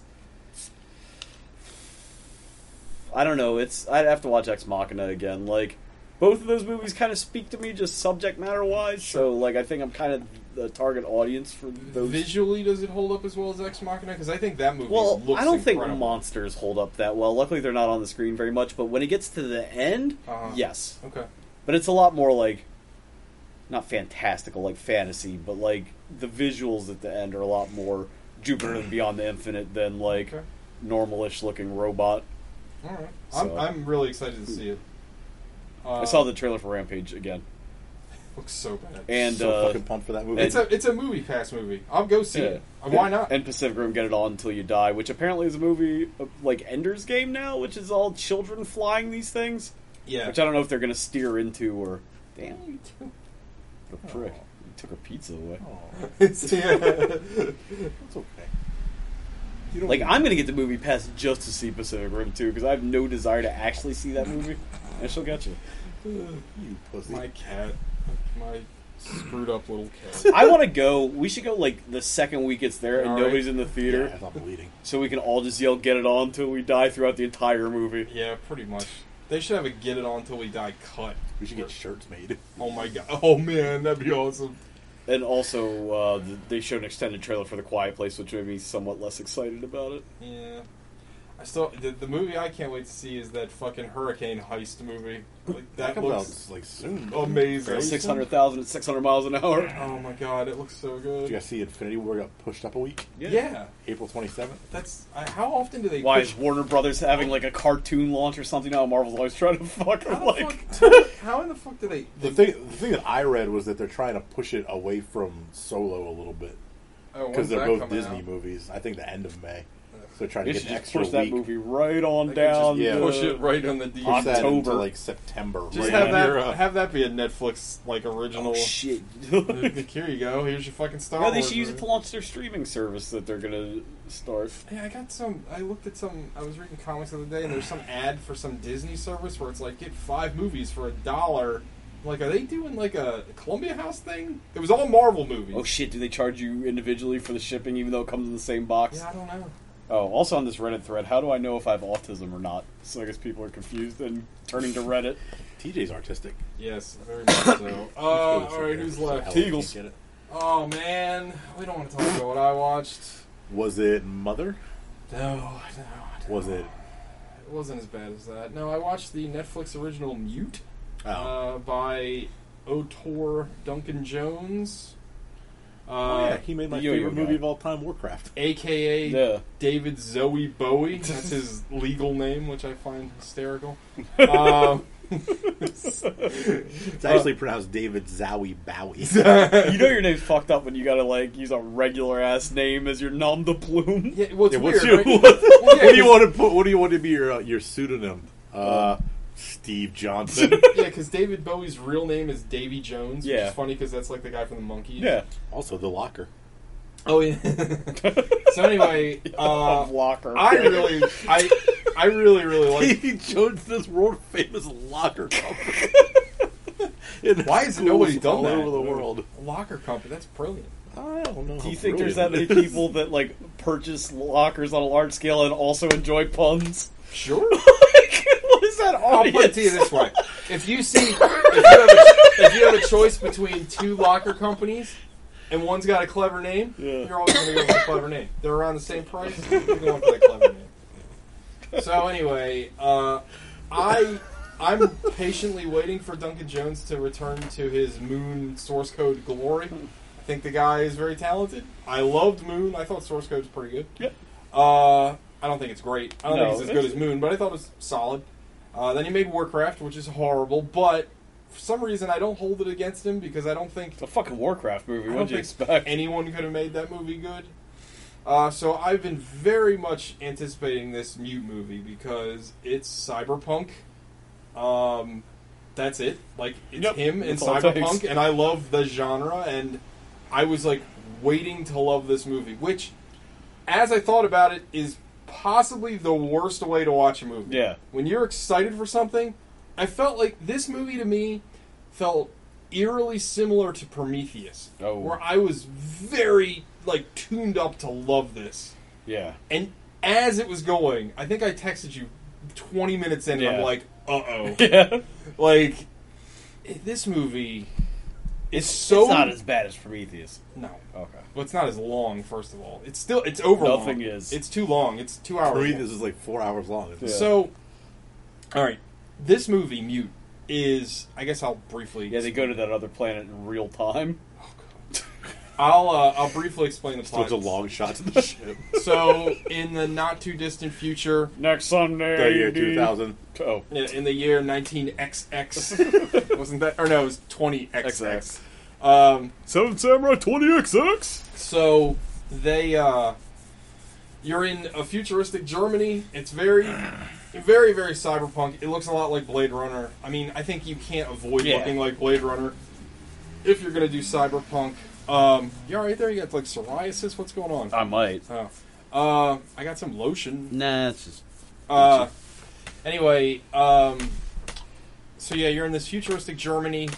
Speaker 6: I don't know. It's I'd have to watch Ex Machina again. Like both of those movies kind of speak to me just subject matter wise. So like I think I'm kind of the target audience for those
Speaker 7: Visually, does it hold up as well as Ex Machina? Because I think that movie.
Speaker 6: Well,
Speaker 7: looks
Speaker 6: I don't
Speaker 7: incredible.
Speaker 6: think monsters hold up that well. Luckily, they're not on the screen very much. But when it gets to the end,
Speaker 7: Uh-huh.
Speaker 6: yes,
Speaker 7: Okay.
Speaker 6: but it's a lot more like not fantastical, like fantasy, but like the visuals at the end are a lot more Jupiter and Beyond the Infinite than like
Speaker 7: Okay.
Speaker 6: normalish looking robot.
Speaker 7: All right.
Speaker 6: So-
Speaker 7: I'm, I'm really excited to see it. Uh,
Speaker 6: I saw the trailer for Rampage again,
Speaker 7: Looks so bad.
Speaker 6: and
Speaker 8: so
Speaker 6: uh,
Speaker 8: fucking pumped for that movie.
Speaker 7: it's a it's a movie pass movie. I'll go see it.
Speaker 6: Yeah.
Speaker 7: Uh, Why not?
Speaker 6: and Pacific Rim Get It On Until You Die, which apparently is a movie of, like Ender's Game now, which is all children flying these things.
Speaker 7: yeah.
Speaker 6: Which I don't know if they're going to steer into or. Damn. What a prick.
Speaker 7: Oh.
Speaker 6: You took her pizza away.
Speaker 7: It's- yeah.
Speaker 8: It's okay.
Speaker 6: Like, I'm going to get the movie pass just to see Pacific Rim 2 because I have no desire to actually see that movie. And she'll get you.
Speaker 8: You pussy.
Speaker 7: my cat, my screwed up little cat.
Speaker 6: I want to go. We should go, like, the second week it's there and
Speaker 7: All right.
Speaker 6: nobody's in the theater
Speaker 8: Yeah, I'm bleeding.
Speaker 6: so we can all just yell, get it on till we die throughout the entire movie.
Speaker 7: Yeah, pretty much. They should have a "Get It On Till We Die" cut.
Speaker 8: We should get shirts made.
Speaker 7: Oh my god! Oh man, that'd be awesome.
Speaker 6: And also, uh, th- they showed an extended trailer for The Quiet Place, which made me somewhat less excited about it.
Speaker 7: Yeah. I still the, the movie I can't wait to see is that fucking hurricane heist movie. Like
Speaker 8: That
Speaker 7: that
Speaker 8: comes
Speaker 7: looks
Speaker 8: out like soon. Oh,
Speaker 7: amazing.
Speaker 6: 600,000 at 600 miles an hour.
Speaker 7: Oh my god, it looks so
Speaker 8: Did you
Speaker 7: good.
Speaker 8: guys see Infinity War got pushed up a week?
Speaker 7: Yeah.
Speaker 8: April 27th.
Speaker 7: That's I, how often do they
Speaker 6: Why
Speaker 7: push
Speaker 6: is Warner Brothers having like a cartoon launch or something? Now Marvel's always trying to fuck
Speaker 7: how, the
Speaker 6: like.
Speaker 7: fuck, how in the fuck do they
Speaker 8: The thing, the thing that I read was that they're trying to push it away from Solo a little bit
Speaker 7: oh, when's
Speaker 8: because they're
Speaker 7: that
Speaker 8: both
Speaker 7: coming
Speaker 8: Disney
Speaker 7: out?
Speaker 8: movies. I think the end of May, so they're trying
Speaker 6: They
Speaker 8: to
Speaker 6: should
Speaker 8: get an
Speaker 6: just
Speaker 8: extra
Speaker 6: push that
Speaker 8: week.
Speaker 6: movie right on
Speaker 7: They could just
Speaker 6: down.
Speaker 8: Yeah.
Speaker 6: to-
Speaker 7: Push it right on the D.
Speaker 8: Push that into
Speaker 6: October.
Speaker 8: like September.
Speaker 7: Just
Speaker 8: right
Speaker 7: have that
Speaker 8: after, uh,
Speaker 7: have that be a Netflix like original.
Speaker 6: Oh shit!
Speaker 7: Like, Here you go. Here's your fucking Star
Speaker 6: no, they
Speaker 7: Wars
Speaker 6: should use it
Speaker 7: movie.
Speaker 6: to launch their streaming service that they're gonna start.
Speaker 7: Yeah, I got some. I looked at some. I was reading comics the other day, and there's some ad for some Disney service where it's like get five movies for a dollar. Like, are they doing like a Columbia House thing? It was all Marvel movies.
Speaker 6: Oh shit! Do they charge you individually for the shipping, even though it comes in the same box?
Speaker 7: yeah, I don't know.
Speaker 6: Oh, also on this Reddit thread, how do I know if I have autism or not? So I guess people are confused and turning to Reddit.
Speaker 8: TJ's artistic.
Speaker 7: Yes, very much so. Uh, all right, who's left?
Speaker 6: Teagles.
Speaker 8: Get it.
Speaker 7: Oh man, we don't want to talk about what I watched.
Speaker 8: Was it Mother?
Speaker 7: No, no, no.
Speaker 8: Was it?
Speaker 7: It wasn't as bad as that. No, I watched the Netflix original Mute.
Speaker 8: Oh,
Speaker 7: uh, by Otor Duncan Jones, uh,
Speaker 8: oh yeah, he made my
Speaker 6: the yo-yo
Speaker 8: favorite movie
Speaker 6: guy.
Speaker 8: of all time, Warcraft.
Speaker 7: aka
Speaker 6: Yeah.
Speaker 7: David Zoe Bowie. That's his legal name, which I find hysterical. um,
Speaker 8: It's actually pronounced David Zowie Bowie.
Speaker 6: You know your name's fucked up when you gotta like use a regular ass name as your nom de plume.
Speaker 7: yeah, what's
Speaker 8: Yeah, what's
Speaker 7: weird?
Speaker 8: your-
Speaker 7: right? Well, yeah,
Speaker 8: what do you
Speaker 7: 'cause
Speaker 8: want to put? What do you want to be your uh, your pseudonym? Uh, Steve Johnson.
Speaker 7: yeah, because David Bowie's real name is Davy Jones, which
Speaker 6: Yeah.
Speaker 7: is funny because that's like the guy from the Monkeys.
Speaker 6: Yeah.
Speaker 8: also, the locker.
Speaker 7: Oh yeah. so anyway, uh,
Speaker 6: Locker.
Speaker 7: I really, I, I really, really like.
Speaker 8: Davy Jones, this world famous locker company. And
Speaker 7: Why has nobody
Speaker 8: schools
Speaker 7: done
Speaker 8: all
Speaker 7: that?
Speaker 8: over the world?
Speaker 7: Locker company. That's brilliant.
Speaker 8: I don't know.
Speaker 6: Do you think there's that many people that like purchase lockers on a large scale and also enjoy puns?
Speaker 7: Sure.
Speaker 6: Like, what is that
Speaker 7: I'll
Speaker 6: audience?
Speaker 7: put it to you this way: if you see, if you, have a, if you have a choice between two locker companies, and one's got a clever name,
Speaker 6: Yeah.
Speaker 7: you're always going to go with the clever name. They're around the same price. You're going for the clever name. So anyway, uh, I I'm patiently waiting for Duncan Jones to return to his Moon source code glory. I think the guy is very talented. I loved Moon. I thought source code's pretty good.
Speaker 6: Yep.
Speaker 7: Uh, I don't think it's great. I don't
Speaker 6: No,
Speaker 7: think it's as good
Speaker 6: it's-
Speaker 7: as Moon, but I thought it was solid. Uh, then he made Warcraft, which is horrible, but for some reason I don't hold it against him because I don't think
Speaker 6: It's a fucking Warcraft movie.
Speaker 7: I
Speaker 6: What'd
Speaker 7: don't
Speaker 6: you
Speaker 7: think
Speaker 6: expect?
Speaker 7: anyone could have made that movie good. Uh, so I've been very much anticipating this mute movie because it's cyberpunk. Um, that's it. Like it's
Speaker 6: Yep,
Speaker 7: him and
Speaker 6: that's all it
Speaker 7: cyberpunk,
Speaker 6: takes.
Speaker 7: and I love the genre. And I was like waiting to love this movie, which, as I thought about it, is possibly the worst way to watch a movie.
Speaker 6: Yeah.
Speaker 7: When you're excited for something, I felt like this movie to me felt eerily similar to Prometheus,
Speaker 6: Oh.
Speaker 7: where I was very like tuned up to love this.
Speaker 6: yeah.
Speaker 7: And as it was going, I think I texted you 20 minutes in, and
Speaker 6: Yeah.
Speaker 7: I'm like, uh oh,
Speaker 6: Yeah.
Speaker 7: like this movie is so
Speaker 6: It's not as bad as Prometheus.
Speaker 7: no.
Speaker 6: Okay.
Speaker 7: Well, it's not as long. First of all, it's still it's over.
Speaker 6: Nothing
Speaker 7: long.
Speaker 6: is.
Speaker 7: It's too long. It's two hours.
Speaker 8: Three,
Speaker 7: long.
Speaker 8: this is like four hours long.
Speaker 6: Yeah.
Speaker 7: So, all right, this movie mute is. I guess I'll briefly.
Speaker 6: Yeah, they go to that other planet in real time.
Speaker 7: I'll uh, I'll briefly explain the plot.
Speaker 8: Those are long shots of the ship.
Speaker 7: so in the not too distant future,
Speaker 6: Next Sunday.
Speaker 8: The year
Speaker 6: AD.
Speaker 8: 2000.
Speaker 6: Oh.
Speaker 7: yeah, in the year 19XX, wasn't that or no, it was 20XX.
Speaker 6: XX.
Speaker 7: Um,
Speaker 6: Seven Samurai 20XX.
Speaker 7: so they uh, you're in a futuristic Germany. It's very very very cyberpunk. It looks a lot like Blade Runner. I mean, I think you can't avoid
Speaker 6: Yeah.
Speaker 7: looking like Blade Runner if you're gonna do cyberpunk. Um, you all right there? You got like psoriasis? What's going on?
Speaker 6: I might.
Speaker 7: Oh. Uh, I got some lotion.
Speaker 6: Nah, it's just.
Speaker 7: Uh, anyway, um, so yeah, you're in this futuristic Germany,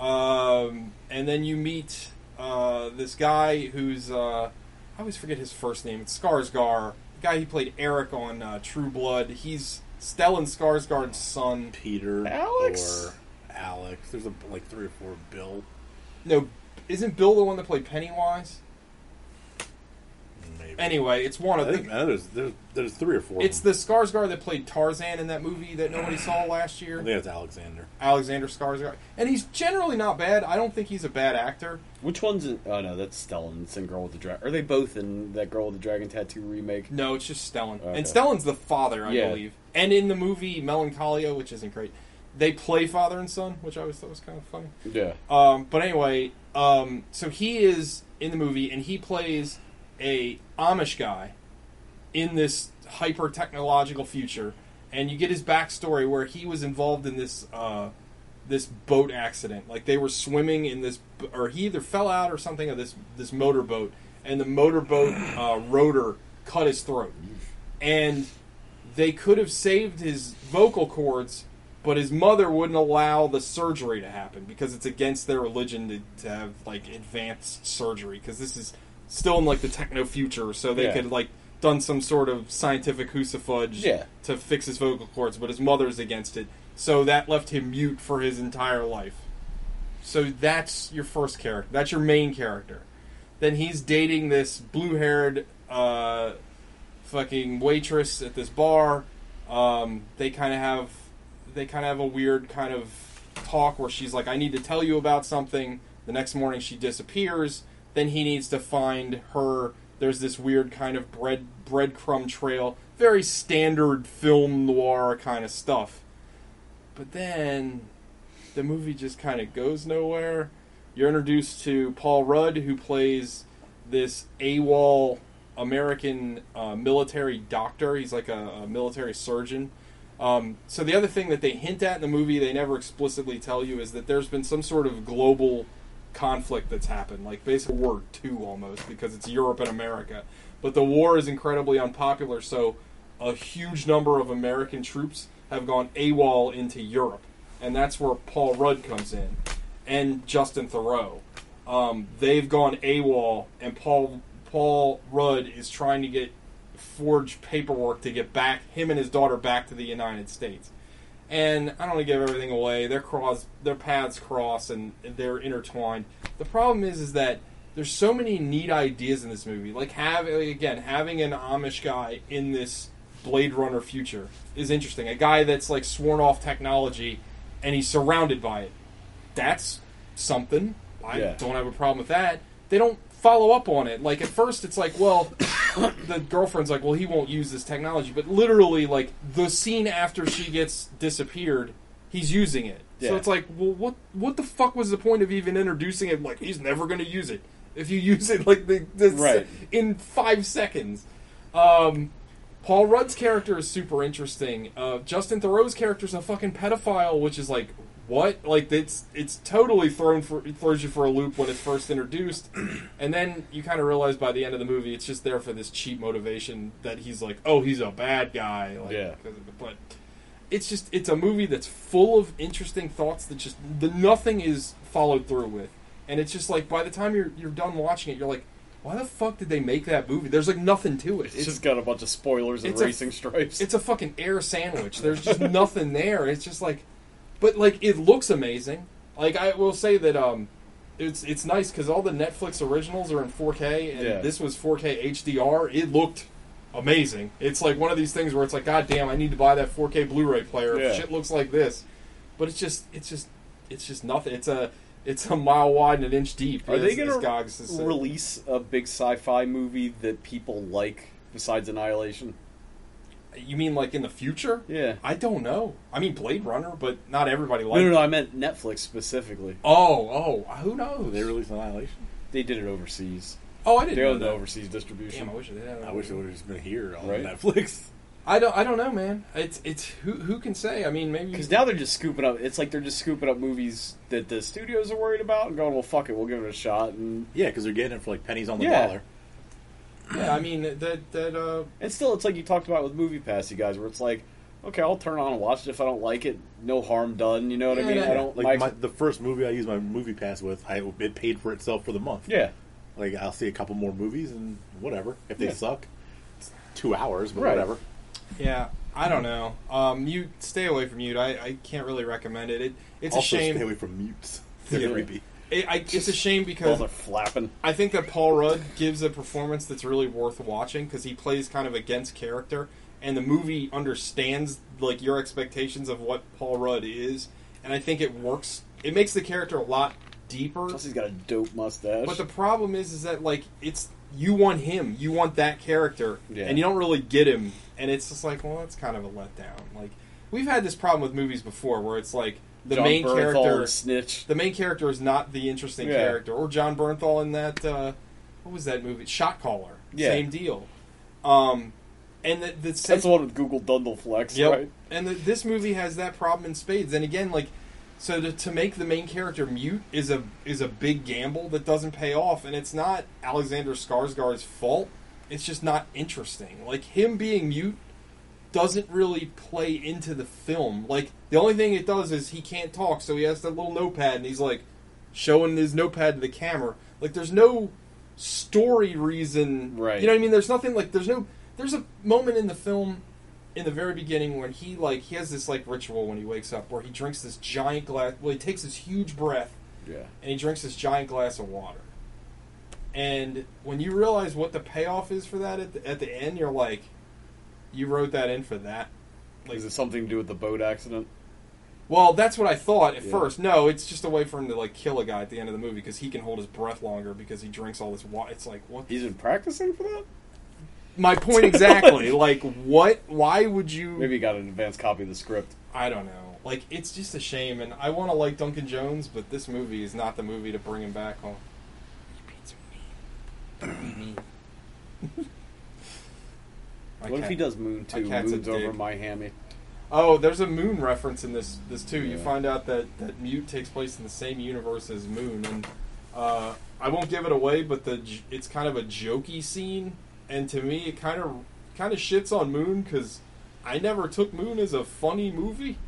Speaker 7: um, and then you meet uh, this guy who's uh, I always forget his first name. It's Skarsgård, the guy he played Eric on uh, True Blood. He's Stellan Skarsgård's son.
Speaker 8: Peter.
Speaker 6: Alex?
Speaker 8: Or Alex. There's a, like three or four Bill.
Speaker 7: No, isn't Bill the one that played Pennywise?
Speaker 8: Maybe.
Speaker 7: Anyway, it's one
Speaker 8: I
Speaker 7: of
Speaker 8: think
Speaker 7: the.
Speaker 8: no, there's, there's, there's three or four.
Speaker 7: It's
Speaker 8: of
Speaker 7: the Skarsgård that played Tarzan in that movie that nobody saw last year.
Speaker 8: them. I think it's Alexander.
Speaker 7: Alexander Skarsgård, and he's generally not bad. I don't think he's a bad actor.
Speaker 6: Which one's in? Oh no, that's Stellan. It's in Girl with the Dragon. Are they both in that Girl with the Dragon Tattoo remake?
Speaker 7: No, it's just Stellan,
Speaker 6: Okay.
Speaker 7: and Stellan's the father, I
Speaker 6: Yeah.
Speaker 7: believe. And in the movie Melancholia, which isn't great, they play father and son, which I always thought was kind of funny.
Speaker 6: Yeah.
Speaker 7: Um, but anyway, um, so he is in the movie, and he plays a Amish guy in this hyper technological future, and you get his backstory where he was involved in this uh, this boat accident. Like they were swimming in this, or he either fell out or something of this this motorboat, and the motorboat uh, rotor cut his throat, and they could have saved his vocal cords, but his mother wouldn't allow the surgery to happen because it's against their religion to, to have like advanced surgery because this is still in like the techno future, so they
Speaker 6: Yeah.
Speaker 7: could like done some sort of scientific hoosafudge
Speaker 6: Yeah.
Speaker 7: to fix his vocal cords, but his mother's against it, so that left him mute for his entire life. So that's your first character. That's your main character. Then he's dating this blue-haired uh, fucking waitress at this bar. Um, they kind of have they kind of have a weird kind of talk where she's like, "I need to tell you about something." The next morning, she disappears. Then he needs to find her. There's this weird kind of bread breadcrumb trail. Very standard film noir kind of stuff. But then the movie just kind of goes nowhere. You're introduced to Paul Rudd, who plays this AWOL American uh, military doctor. He's like a, a military surgeon Um, so the other thing that they hint at in the movie, they never explicitly tell you, is that there's been some sort of global conflict that's happened, like basically World War Two almost, because it's Europe and America. But the war is incredibly unpopular, so a huge number of American troops have gone AWOL into Europe, and that's where Paul Rudd comes in, and Justin Thoreau. Um, they've gone AWOL, and Paul Paul Rudd is trying to get forged paperwork to get back him and his daughter back to the United States. And I don't want to give everything away. Their cross, their paths cross, and they're intertwined. The problem is, is that there's so many neat ideas in this movie. Like have like, again having an Amish guy in this Blade Runner future is interesting. A guy that's like sworn off technology, and he's surrounded by it. That's something. I
Speaker 6: Yeah.
Speaker 7: don't have a problem with that. They don't follow up on it. Like at first, it's like, well, the girlfriend's like, well, he won't use this technology. But literally, like the scene after she gets disappeared, he's using it. So
Speaker 6: Yeah.
Speaker 7: it's like, well, what what the fuck was the point of even introducing it? Like he's never going to use it. If you use it like the, the
Speaker 6: Right.
Speaker 7: in five seconds. Um, Paul Rudd's character is super interesting. Uh, Justin Thoreau's character is a fucking pedophile, which is like what? Like it's it's totally thrown for it throws you for a loop when it's first introduced, and then you kind of realize by the end of the movie it's just there for this cheap motivation that he's like, oh, he's a bad guy. Like,
Speaker 6: Yeah.
Speaker 7: But it's just it's a movie that's full of interesting thoughts that just the nothing is followed through with, and it's just like by the time you're you're done watching it, you're like, why the fuck did they make that movie? There's like nothing to it.
Speaker 6: It's just got a bunch of spoilers and
Speaker 7: It's a-
Speaker 6: racing stripes.
Speaker 7: It's a fucking air sandwich. There's just nothing there. It's just like, but like it looks amazing. Like I will say that um, it's it's nice because all the Netflix originals are in 4K, and
Speaker 6: Yeah.
Speaker 7: this was 4K HDR. It looked amazing. It's like one of these things where it's like, God damn, I need to buy that 4K Blu-ray player.
Speaker 6: Yeah.
Speaker 7: If shit looks like this, but it's just it's just it's just nothing. It's a it's a mile wide and an inch deep.
Speaker 6: Are they
Speaker 7: as- as
Speaker 6: going
Speaker 7: Gogs has
Speaker 6: to
Speaker 7: said.
Speaker 6: release a big sci-fi movie that people like besides Annihilation?
Speaker 7: You mean like in the future?
Speaker 6: Yeah.
Speaker 7: I don't know. I mean Blade Runner, but not everybody likes.
Speaker 6: no, no, no. I meant Netflix specifically.
Speaker 7: Oh, oh, who knows?
Speaker 8: They released Annihilation.
Speaker 6: They did it overseas.
Speaker 7: oh, I didn't
Speaker 6: They
Speaker 7: know
Speaker 6: own the
Speaker 7: that.
Speaker 6: overseas distribution.
Speaker 7: Damn, I wish they had.
Speaker 8: I wish it would have just been here on
Speaker 6: Right.
Speaker 8: Netflix.
Speaker 7: I don't. I don't know, man. It's it's who who can say? I mean, maybe
Speaker 6: Because now they're just scooping up. It's like they're just scooping up movies that the studios are worried about and going, "Well, fuck it, we'll give it a shot." And
Speaker 8: Yeah, because they're getting it for like pennies on the
Speaker 6: Yeah.
Speaker 8: dollar.
Speaker 7: yeah. I mean that that uh
Speaker 6: and still, it's like you talked about with Movie Pass, you guys, where it's like, "Okay, I'll turn on and watch it. If I don't like it, no harm done." You know what
Speaker 7: Yeah,
Speaker 6: I mean?
Speaker 7: yeah.
Speaker 6: I don't
Speaker 8: Like
Speaker 6: like.
Speaker 8: my, the first movie I used my movie pass with, I it paid for itself for the month.
Speaker 6: yeah,
Speaker 8: Like I'll see a couple more movies and whatever. If they
Speaker 6: Yeah.
Speaker 8: suck, it's two hours, but
Speaker 6: Right.
Speaker 8: whatever.
Speaker 7: yeah. I don't know. Um, mute. Stay away from mute. I, I can't really recommend it. it it's
Speaker 8: also,
Speaker 7: a
Speaker 8: stay
Speaker 7: shame.
Speaker 8: away from mutes. They're
Speaker 7: Yeah.
Speaker 8: creepy.
Speaker 7: It, I, it's a shame because
Speaker 6: balls are flapping.
Speaker 7: I think that Paul Rudd gives a performance that's really worth watching because he plays kind of against character, and the movie understands like your expectations of what Paul Rudd is, and I think it works. It makes the character a lot deeper.
Speaker 6: Plus, he's got a dope mustache.
Speaker 7: But the problem is, is that like it's you want him, you want that character,
Speaker 6: Yeah.
Speaker 7: and you don't really get him, and it's just like, well, that's kind of a letdown. Like we've had this problem with movies before, where it's like the
Speaker 6: John
Speaker 7: main
Speaker 6: Bernthal
Speaker 7: character
Speaker 6: and snitch.
Speaker 7: the main character is not the interesting
Speaker 6: Yeah.
Speaker 7: character, or John Bernthal in that uh, what was that movie? Shot Caller.
Speaker 6: Yeah.
Speaker 7: Same deal. Um, and the, the
Speaker 6: That's the one with Google Dundleflex,
Speaker 7: Yep.
Speaker 6: right?
Speaker 7: And the, this movie has that problem in spades. And again, like, so to, to make the main character mute is a is a big gamble that doesn't pay off, and it's not Alexander Skarsgård's fault. It's just not interesting. Like him being mute doesn't really play into the film. Like the only thing it does is he can't talk, so he has that little notepad, and he's like showing his notepad to the camera. Like there's no story reason,
Speaker 6: Right.
Speaker 7: You know what I mean? There's nothing like there's no there's a moment in the film in the very beginning when he like he has this like ritual when he wakes up where he drinks this giant glass. Well, he takes this huge breath
Speaker 6: Yeah.
Speaker 7: and he drinks this giant glass of water. And when you realize what the payoff is for that at the, at the end, you're like, you wrote that in for that. Like,
Speaker 6: Is it something to do with the boat accident?
Speaker 7: well, that's what I thought at
Speaker 6: Yeah.
Speaker 7: first. No, it's just a way for him to like kill a guy at the end of the movie because he can hold his breath longer because he drinks all this water. It's like what?
Speaker 6: He's been practicing for that?
Speaker 7: My point exactly. like what? Why would you?
Speaker 6: Maybe he got an advanced copy of the script.
Speaker 7: I don't know. Like it's just a shame, and I want to like Duncan Jones, but this movie is not the movie to bring him back home.
Speaker 6: What if he does Moon
Speaker 7: My
Speaker 6: 2,
Speaker 7: cat's a
Speaker 6: Moon's over
Speaker 7: dick.
Speaker 6: my hammy?
Speaker 7: Oh, there's a moon reference in this this too. You find out that that Mute takes place in the same universe as Moon, and uh, I won't give it away, but the j- it's kind of a jokey scene, and to me, it kind of kind of shits on Moon because I never took Moon as a funny movie,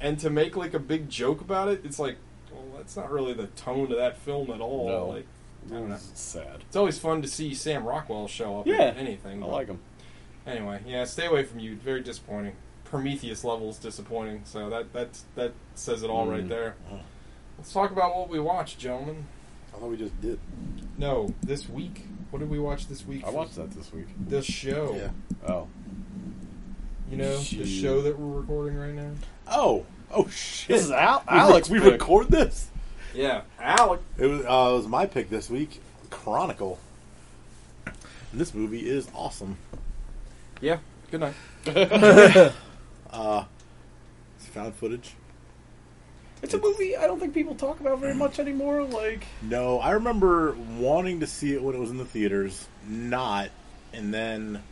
Speaker 7: and to make like a big joke about it, it's like, well, that's not really the tone of that film at all.
Speaker 6: No.
Speaker 7: Like, I don't know.
Speaker 6: It's Oh. sad.
Speaker 7: It's always fun to see Sam Rockwell show up. in
Speaker 6: Yeah,
Speaker 7: anything.
Speaker 6: I
Speaker 7: but-
Speaker 6: like him.
Speaker 7: Anyway, yeah, stay away from you. Very disappointing. Prometheus levels disappointing. So that that that says it all right there. Let's talk about what we watched, gentlemen.
Speaker 8: I thought we just did.
Speaker 7: No, this week. What did we watch this week?
Speaker 6: I watched that this week.
Speaker 7: this show.
Speaker 8: Yeah.
Speaker 6: Oh.
Speaker 7: You know, the
Speaker 6: Shoot.
Speaker 7: show that we're recording right now.
Speaker 8: Oh, oh shit!
Speaker 6: This is Al-
Speaker 8: We rec-
Speaker 6: Alex
Speaker 8: We
Speaker 6: pick.
Speaker 8: record this.
Speaker 7: Yeah, Alec.
Speaker 8: It was, uh, it was my pick this week, Chronicle. And this movie is awesome.
Speaker 7: Yeah. Good night.
Speaker 8: It's found footage.
Speaker 6: It's a movie I don't think people talk about very much anymore. Like,
Speaker 8: No, I remember wanting to see it when it was in the theaters, not, and then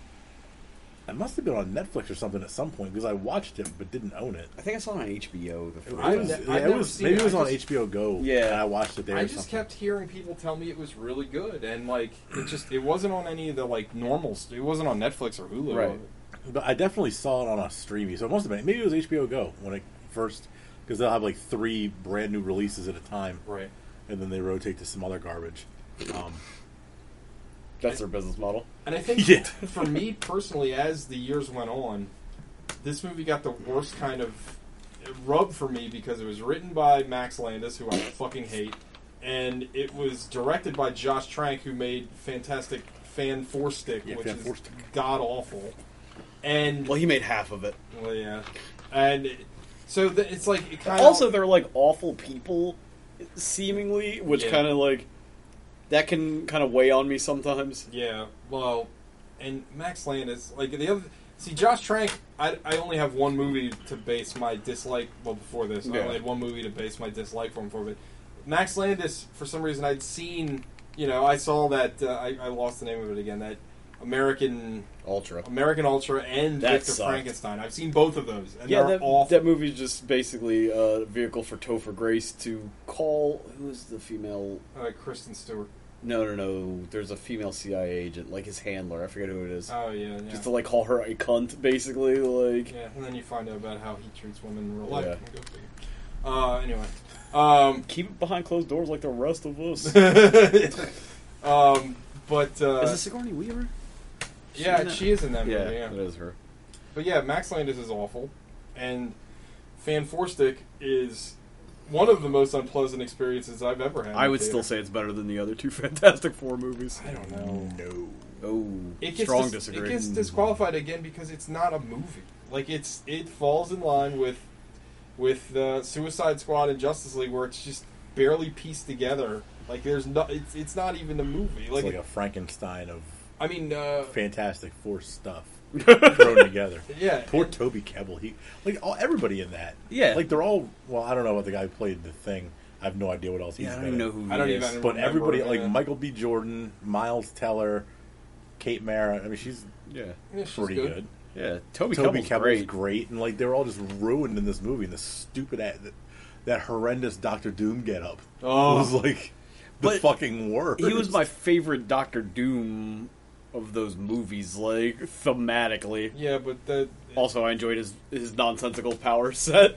Speaker 8: it must have been on Netflix or something at some point because I watched it but didn't own it.
Speaker 6: I think I saw it on HBO the first
Speaker 8: It
Speaker 7: I've
Speaker 8: was,
Speaker 7: ne-
Speaker 8: it
Speaker 7: I've never
Speaker 8: was-
Speaker 7: seen
Speaker 8: maybe
Speaker 7: it.
Speaker 8: it was
Speaker 7: I
Speaker 8: on
Speaker 7: just-
Speaker 8: HBO Go.
Speaker 6: Yeah.
Speaker 8: and I watched it there.
Speaker 7: I
Speaker 8: or
Speaker 7: just
Speaker 8: something.
Speaker 7: kept hearing people tell me it was really good, and like it just it wasn't on any of the like normal. St- it wasn't on Netflix or Hulu.
Speaker 6: Right.
Speaker 8: But I definitely saw it on a streamy, so it must have been maybe it was HBO Go when it first because they'll have like three brand new releases at a time,
Speaker 7: Right.
Speaker 8: and then they rotate to some other garbage. Um,
Speaker 6: That's their business model.
Speaker 7: And I think
Speaker 8: Yeah.
Speaker 7: for me personally, as the years went on, this movie got the worst kind of rub for me because it was written by Max Landis, who I fucking hate, and it was directed by Josh Trank, who made fantastic Fan Four Stick,
Speaker 8: Yeah,
Speaker 7: which
Speaker 8: Fan Four
Speaker 7: is
Speaker 8: Stick.
Speaker 7: god awful. And
Speaker 6: Well, he made half of it.
Speaker 7: well, yeah, and it- so the, it's like it kind
Speaker 6: Also,
Speaker 7: of
Speaker 6: they're like awful people, seemingly, which
Speaker 7: Yeah.
Speaker 6: kind of like that can kind of weigh on me sometimes.
Speaker 7: Yeah, well, and Max Landis, like the other. See, Josh Trank, I, I only have one movie to base my dislike. Well, before this, I
Speaker 6: Yeah.
Speaker 7: only had one movie to base my dislike for him for. But Max Landis, for some reason, I'd seen. You know, I saw that. Uh, I, I lost the name of it again. That American
Speaker 6: Ultra.
Speaker 7: American Ultra and
Speaker 6: That
Speaker 7: Victor
Speaker 6: sucked.
Speaker 7: Frankenstein. I've seen both of those, and
Speaker 6: Yeah,
Speaker 7: they're
Speaker 6: that,
Speaker 7: awful.
Speaker 6: that movie's just basically a vehicle for Topher Grace to call. Who is the female?
Speaker 7: uh, Kristen Stewart.
Speaker 6: No, no, no. There's a female CIA agent, like his handler. I forget who it is.
Speaker 7: Oh yeah, yeah.
Speaker 6: Just to like call her a cunt, basically. Like,
Speaker 7: Yeah, and then you find out about how he treats women in real life.
Speaker 6: Yeah.
Speaker 7: Go figure. Uh, anyway, um,
Speaker 6: keep it behind closed doors, like the rest of us. is
Speaker 7: um, but uh,
Speaker 6: it Sigourney Weaver?
Speaker 7: yeah,
Speaker 6: in that?
Speaker 7: she is in that movie. Yeah,
Speaker 6: it is her.
Speaker 7: but yeah, Max Landis is awful, and Fan Forstick is one of the most unpleasant experiences I've ever had. in
Speaker 6: I would
Speaker 7: theater.
Speaker 6: still say it's better than the other two Fantastic Four movies.
Speaker 7: I don't know.
Speaker 8: no,
Speaker 6: Oh,
Speaker 7: It gets
Speaker 6: strong
Speaker 7: dis-
Speaker 6: disagree. Mm-hmm.
Speaker 7: It gets disqualified again because it's not a movie. Like it's it falls in line with with uh, Suicide Squad and Justice League, where it's just barely pieced together. Like there's no, it's, it's not even a movie.
Speaker 8: it's
Speaker 7: Like,
Speaker 8: like a Frankenstein of
Speaker 7: I mean, uh,
Speaker 8: Fantastic Four stuff thrown together.
Speaker 7: yeah,
Speaker 8: Poor Toby Kebbell. He like all, everybody in that.
Speaker 6: Yeah.
Speaker 8: like they're all. Well, I don't know about the guy who played the thing. I have no idea what else
Speaker 6: Yeah, I
Speaker 8: he's
Speaker 6: don't even
Speaker 8: been in.
Speaker 6: know who.
Speaker 7: I don't
Speaker 6: he
Speaker 7: even-
Speaker 6: Is.
Speaker 8: But everybody,
Speaker 7: remember,
Speaker 8: like
Speaker 7: yeah.
Speaker 8: Michael B. Jordan, Miles Teller, Kate Mara. I mean, she's
Speaker 6: Yeah,
Speaker 7: yeah, she's
Speaker 8: pretty good.
Speaker 6: yeah. Toby,
Speaker 8: Toby
Speaker 6: Toby
Speaker 8: Kebbell's
Speaker 6: great.
Speaker 8: great. and like they were all just ruined in this movie. And the stupid, that, that horrendous Doctor Doom get up
Speaker 7: Oh.
Speaker 8: was like the
Speaker 6: But
Speaker 8: fucking worst.
Speaker 6: He was my favorite Doctor Doom of those movies, like thematically.
Speaker 7: Yeah, but the
Speaker 6: Also, I enjoyed his his nonsensical power set.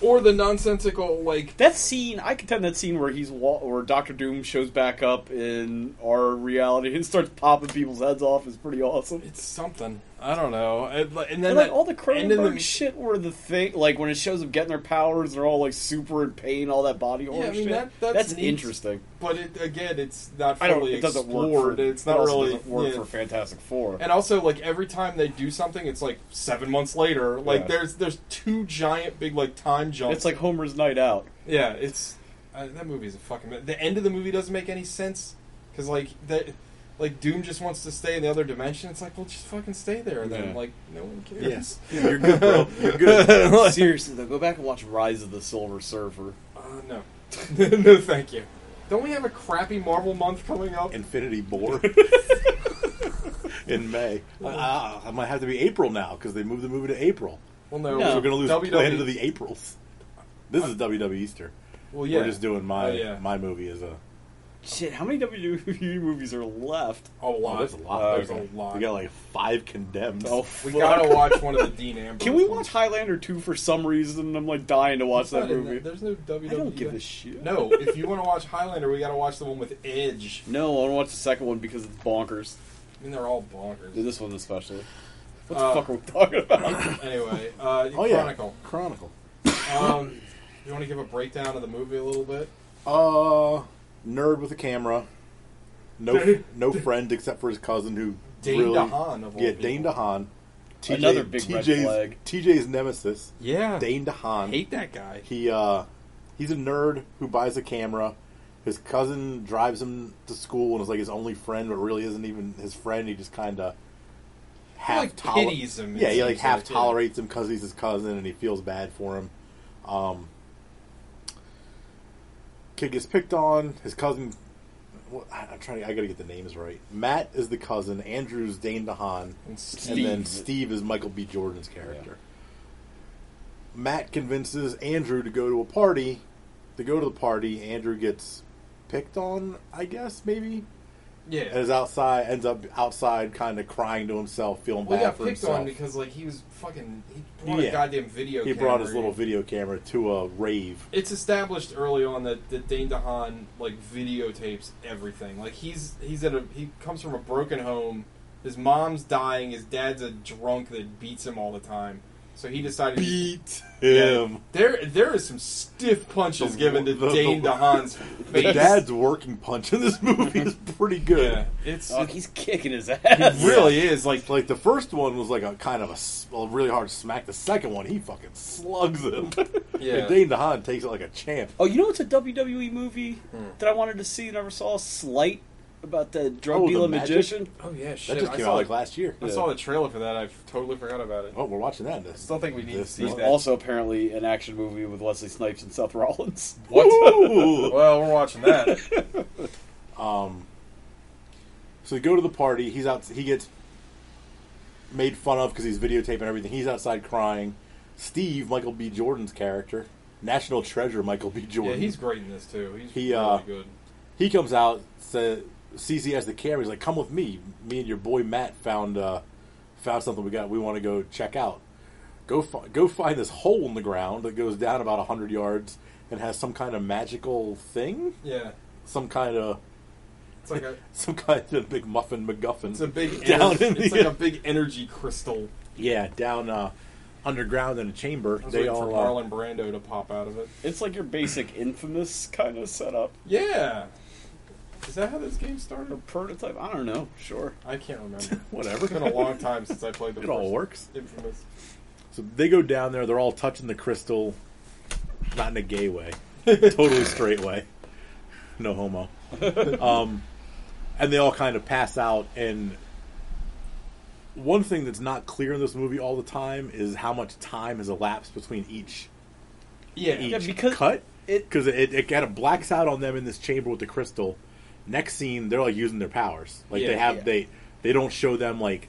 Speaker 7: or the nonsensical like
Speaker 6: That scene, I contend that scene where he's wa- where Doctor Doom shows back up in our reality and starts popping people's heads off is pretty awesome.
Speaker 7: it's something I don't know. And, like- and then
Speaker 6: And like
Speaker 7: that
Speaker 6: all the
Speaker 7: end of
Speaker 6: Cronenberg shit were the thing. Like when it shows them getting their powers, they're all like super in pain, all that body horror
Speaker 7: I mean,
Speaker 6: shit.
Speaker 7: that- that's
Speaker 6: that's
Speaker 7: neat.
Speaker 6: interesting.
Speaker 7: but it, again, it's not
Speaker 6: I
Speaker 7: fully
Speaker 6: don't. It doesn't
Speaker 7: explored.
Speaker 6: work. For,
Speaker 7: it's
Speaker 6: it
Speaker 7: not
Speaker 6: also
Speaker 7: really
Speaker 6: doesn't work
Speaker 7: yeah.
Speaker 6: for Fantastic Four.
Speaker 7: And also, like every time they do something, it's like seven months later. Like
Speaker 6: Yeah.
Speaker 7: there's there's two giant big like time jumps.
Speaker 6: it's like Homer's night out.
Speaker 7: yeah, it's uh, that movie's a fucking. ma- The end of the movie doesn't make any sense because like that. Like Doom just wants to stay in the other dimension. It's like, well, just fucking stay there then.
Speaker 6: Yeah.
Speaker 7: Like no one cares.
Speaker 8: yes. You're good, bro. You're good.
Speaker 6: Seriously, though, go back and watch Rise of the Silver Surfer.
Speaker 7: Uh, no. no, thank you. Don't we have a crappy Marvel month coming up?
Speaker 8: Infinity Bore in May. I, I, I might have to be April now because they moved the movie to April.
Speaker 7: Well, no, E.
Speaker 6: No.
Speaker 8: We're gonna lose
Speaker 7: WWE
Speaker 8: Planet of the Aprils. This is WWE Easter.
Speaker 7: Well, yeah.
Speaker 8: We're just doing my
Speaker 7: Oh, yeah.
Speaker 8: my movie as a.
Speaker 6: Shit, how many WWE movies are left?
Speaker 7: a lot. Uh,
Speaker 8: there's a lot.
Speaker 6: Oh,
Speaker 7: There's
Speaker 6: okay.
Speaker 7: a lot.
Speaker 8: We got like five condemned.
Speaker 6: Oh,
Speaker 7: We
Speaker 6: fuck.
Speaker 7: gotta watch one of the Dean Ambrose.
Speaker 6: Can we
Speaker 7: ones.
Speaker 6: watch Highlander 2 for some reason? I'm like dying to watch that
Speaker 7: Not in the-
Speaker 6: movie.
Speaker 7: There's no WWE.
Speaker 6: I don't give a shit.
Speaker 7: E No, if you want to watch Highlander, we got to watch the one with Edge.
Speaker 6: No, I want to watch the second one because it's bonkers.
Speaker 7: I mean, they're all bonkers.
Speaker 6: This one especially. What
Speaker 7: Uh,
Speaker 6: the fuck are we talking about?
Speaker 7: Anyway, uh,
Speaker 8: Oh, yeah,
Speaker 7: Chronicle.
Speaker 8: Chronicle.
Speaker 7: Um, you want to give a breakdown of the movie a little bit?
Speaker 8: Uh, nerd with a camera. No, no friend except for his cousin who
Speaker 7: Dane
Speaker 8: really,
Speaker 7: DeHaan, of all
Speaker 8: yeah,
Speaker 7: people.
Speaker 8: Dane DeHaan. TJ,
Speaker 6: Another big red
Speaker 8: TJ's,
Speaker 6: flag.
Speaker 8: TJ's nemesis,
Speaker 7: Yeah.
Speaker 8: Dane DeHaan.
Speaker 7: hate that guy.
Speaker 8: He uh, he's a nerd who buys a camera. His cousin drives him to school and is like his only friend, but really isn't even his friend. He just kind of half
Speaker 7: like,
Speaker 8: tole-
Speaker 7: pities him, it
Speaker 8: Yeah, he like
Speaker 7: seems
Speaker 8: half
Speaker 7: like, yeah.
Speaker 8: tolerates him because he's his cousin and he feels bad for him. Um, kid gets picked on. His cousin. Well, I- I'm trying. To, I gotta get the names right. Matt is the cousin. Andrew's Dane DeHaan.
Speaker 7: And Steve.
Speaker 8: And then Steve is Michael B. Jordan's character. Matt convinces Andrew to go to a party. They go to the party. Andrew gets picked on, I guess, maybe. And
Speaker 7: Yeah.
Speaker 8: is outside, ends up outside, kind of crying to himself, feeling
Speaker 7: We
Speaker 8: bad
Speaker 7: got
Speaker 8: for
Speaker 7: picked
Speaker 8: himself.
Speaker 7: on because like he was fucking. He brought
Speaker 8: Yeah.
Speaker 7: a goddamn video.
Speaker 8: he brought
Speaker 7: camera
Speaker 8: his little
Speaker 7: in.
Speaker 8: video camera to a rave.
Speaker 7: it's established early on that, that Dane DeHaan like videotapes everything. Like he's he's at a he comes from a broken home. His mom's dying. His dad's a drunk that beats him all the time. So he decided
Speaker 8: Beat
Speaker 7: Yeah.
Speaker 8: him.
Speaker 7: there there is some stiff punches
Speaker 8: The-
Speaker 7: given to
Speaker 8: the-
Speaker 7: Dane
Speaker 8: the-
Speaker 7: DeHaan's
Speaker 8: The
Speaker 7: face.
Speaker 8: dad's working punch in this movie is pretty good.
Speaker 7: yeah, it's
Speaker 6: oh,
Speaker 7: it
Speaker 6: he's kicking his ass.
Speaker 7: really is like
Speaker 8: Like the first one was like a kind of a, s- a really hard smack. The second one, he fucking slugs him.
Speaker 7: yeah.
Speaker 8: And Dane DeHaan takes it like a champ.
Speaker 6: Oh, you know what's a WWE movie that I wanted to see and never saw? Slight about the drug
Speaker 8: Oh, The
Speaker 6: dealer
Speaker 8: Magic?
Speaker 6: magician.
Speaker 7: oh yeah, shit.
Speaker 8: That just
Speaker 7: I
Speaker 8: came
Speaker 7: saw
Speaker 8: out
Speaker 7: the-
Speaker 8: like last year.
Speaker 7: I saw the trailer for that. I totally forgot about it.
Speaker 8: Oh, we're watching that.
Speaker 7: I still think we need to
Speaker 8: This
Speaker 7: see
Speaker 8: is
Speaker 7: that.
Speaker 6: Also, apparently, an action movie with Wesley Snipes and Seth Rollins.
Speaker 8: What?
Speaker 7: Well, we're watching that.
Speaker 8: so they go to the party. He's out. He gets made fun of because he's videotaping everything. He's outside crying. Steve, Michael B. Jordan's character, national treasure, Michael B.
Speaker 7: yeah,
Speaker 8: Jordan.
Speaker 7: he's great in this too. He's
Speaker 8: He,
Speaker 7: really
Speaker 8: uh,
Speaker 7: good.
Speaker 8: he comes out. Says, sees he has the camera. He's like, "Come with me. Me and your boy Matt found uh, found something. We got. We want to go check out. Go fi- go find this hole in the ground that goes down about hundred yards and has some kind of magical thing.
Speaker 7: Yeah,
Speaker 8: Some kind of."
Speaker 7: it's like a
Speaker 8: some kind of big muffin MacGuffin.
Speaker 7: It's a big
Speaker 8: down
Speaker 7: energy,
Speaker 8: in the
Speaker 7: It's like a big energy crystal.
Speaker 8: yeah down uh, underground in a chamber.
Speaker 7: I was
Speaker 8: They
Speaker 7: waiting for
Speaker 8: all uh,
Speaker 7: Marlon Brando to pop out of it.
Speaker 6: It's like your basic infamous kind of setup
Speaker 7: Yeah, is that how this game
Speaker 6: or
Speaker 7: started?
Speaker 6: prototype. I don't know. Sure.
Speaker 7: I can't remember.
Speaker 8: whatever.
Speaker 7: It's been a long time since I played the.
Speaker 8: It
Speaker 7: first
Speaker 8: all works.
Speaker 7: Infamous.
Speaker 8: So they go down there. They're all touching the crystal, not in a gay way, totally straight way, no homo. Um, and they all kind of pass out. And one thing that's not clear in this movie all the time is how much time has elapsed between each
Speaker 7: Yeah.
Speaker 8: each
Speaker 6: Yeah, because
Speaker 8: cut
Speaker 6: it-
Speaker 8: because it, it, kind of blacks out on them in this chamber with the crystal. Next scene, they're like using their powers. Like
Speaker 7: Yeah,
Speaker 8: they have
Speaker 7: yeah.
Speaker 8: they they don't show them like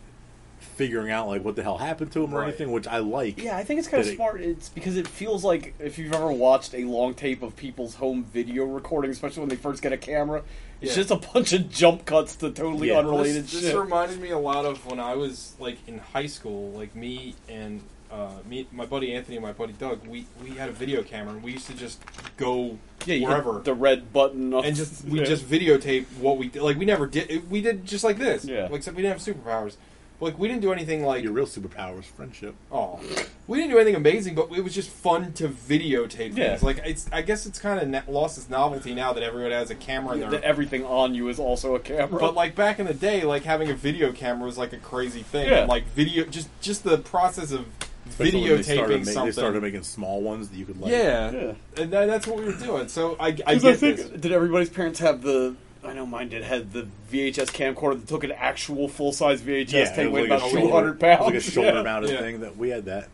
Speaker 8: figuring out like what the hell happened to them or
Speaker 7: Right.
Speaker 8: anything, which I like.
Speaker 6: Yeah, I think it's kind
Speaker 8: Did
Speaker 6: of
Speaker 8: it-
Speaker 6: smart. It's because it feels like if you've ever watched a long tape of people's home video recording, especially when they first get a camera, it's
Speaker 7: Yeah.
Speaker 6: just a bunch of jump cuts to totally
Speaker 8: Yeah.
Speaker 6: unrelated
Speaker 7: This, this
Speaker 6: shit.
Speaker 7: reminded me a lot of when I was like in high school. Like me and uh, me, my buddy Anthony and my buddy Doug. We we had a video camera and we used to just go
Speaker 6: yeah, you hit
Speaker 7: wherever
Speaker 6: the red button, up-
Speaker 7: and just we
Speaker 6: Yeah.
Speaker 7: just videotape what we did. Like we never did. We did just like this.
Speaker 6: Yeah.
Speaker 7: Like, except we didn't have superpowers. Like we didn't do anything like
Speaker 8: Your real superpower is friendship.
Speaker 7: oh, we didn't do anything amazing, but it was just fun to videotape
Speaker 6: Yeah.
Speaker 7: things. Like it's I guess it's kind of na- lost its novelty now that everyone has a camera in
Speaker 6: that
Speaker 7: their.
Speaker 6: everything on you is also a camera.
Speaker 7: But like back in the day, like having a video camera was like a crazy thing.
Speaker 6: Yeah.
Speaker 7: And, like video, just just the process of
Speaker 8: Especially when they started
Speaker 7: videotaping
Speaker 8: ma-
Speaker 7: something.
Speaker 8: They started making small ones that you could like.
Speaker 7: yeah.
Speaker 6: Yeah.
Speaker 7: and that, that's what we were doing. So I, I
Speaker 6: Because
Speaker 7: get
Speaker 6: I, think
Speaker 7: this.
Speaker 6: did everybody's parents have the? I know mine did. Had the VHS camcorder that took an actual full size VHS
Speaker 8: Yeah, it
Speaker 6: tape,
Speaker 8: was
Speaker 6: weighed
Speaker 8: like a
Speaker 6: about
Speaker 8: shoulder-
Speaker 6: two hundred
Speaker 8: it was
Speaker 6: pounds.
Speaker 8: like a shoulder mounted
Speaker 7: Yeah.
Speaker 8: thing that we had that.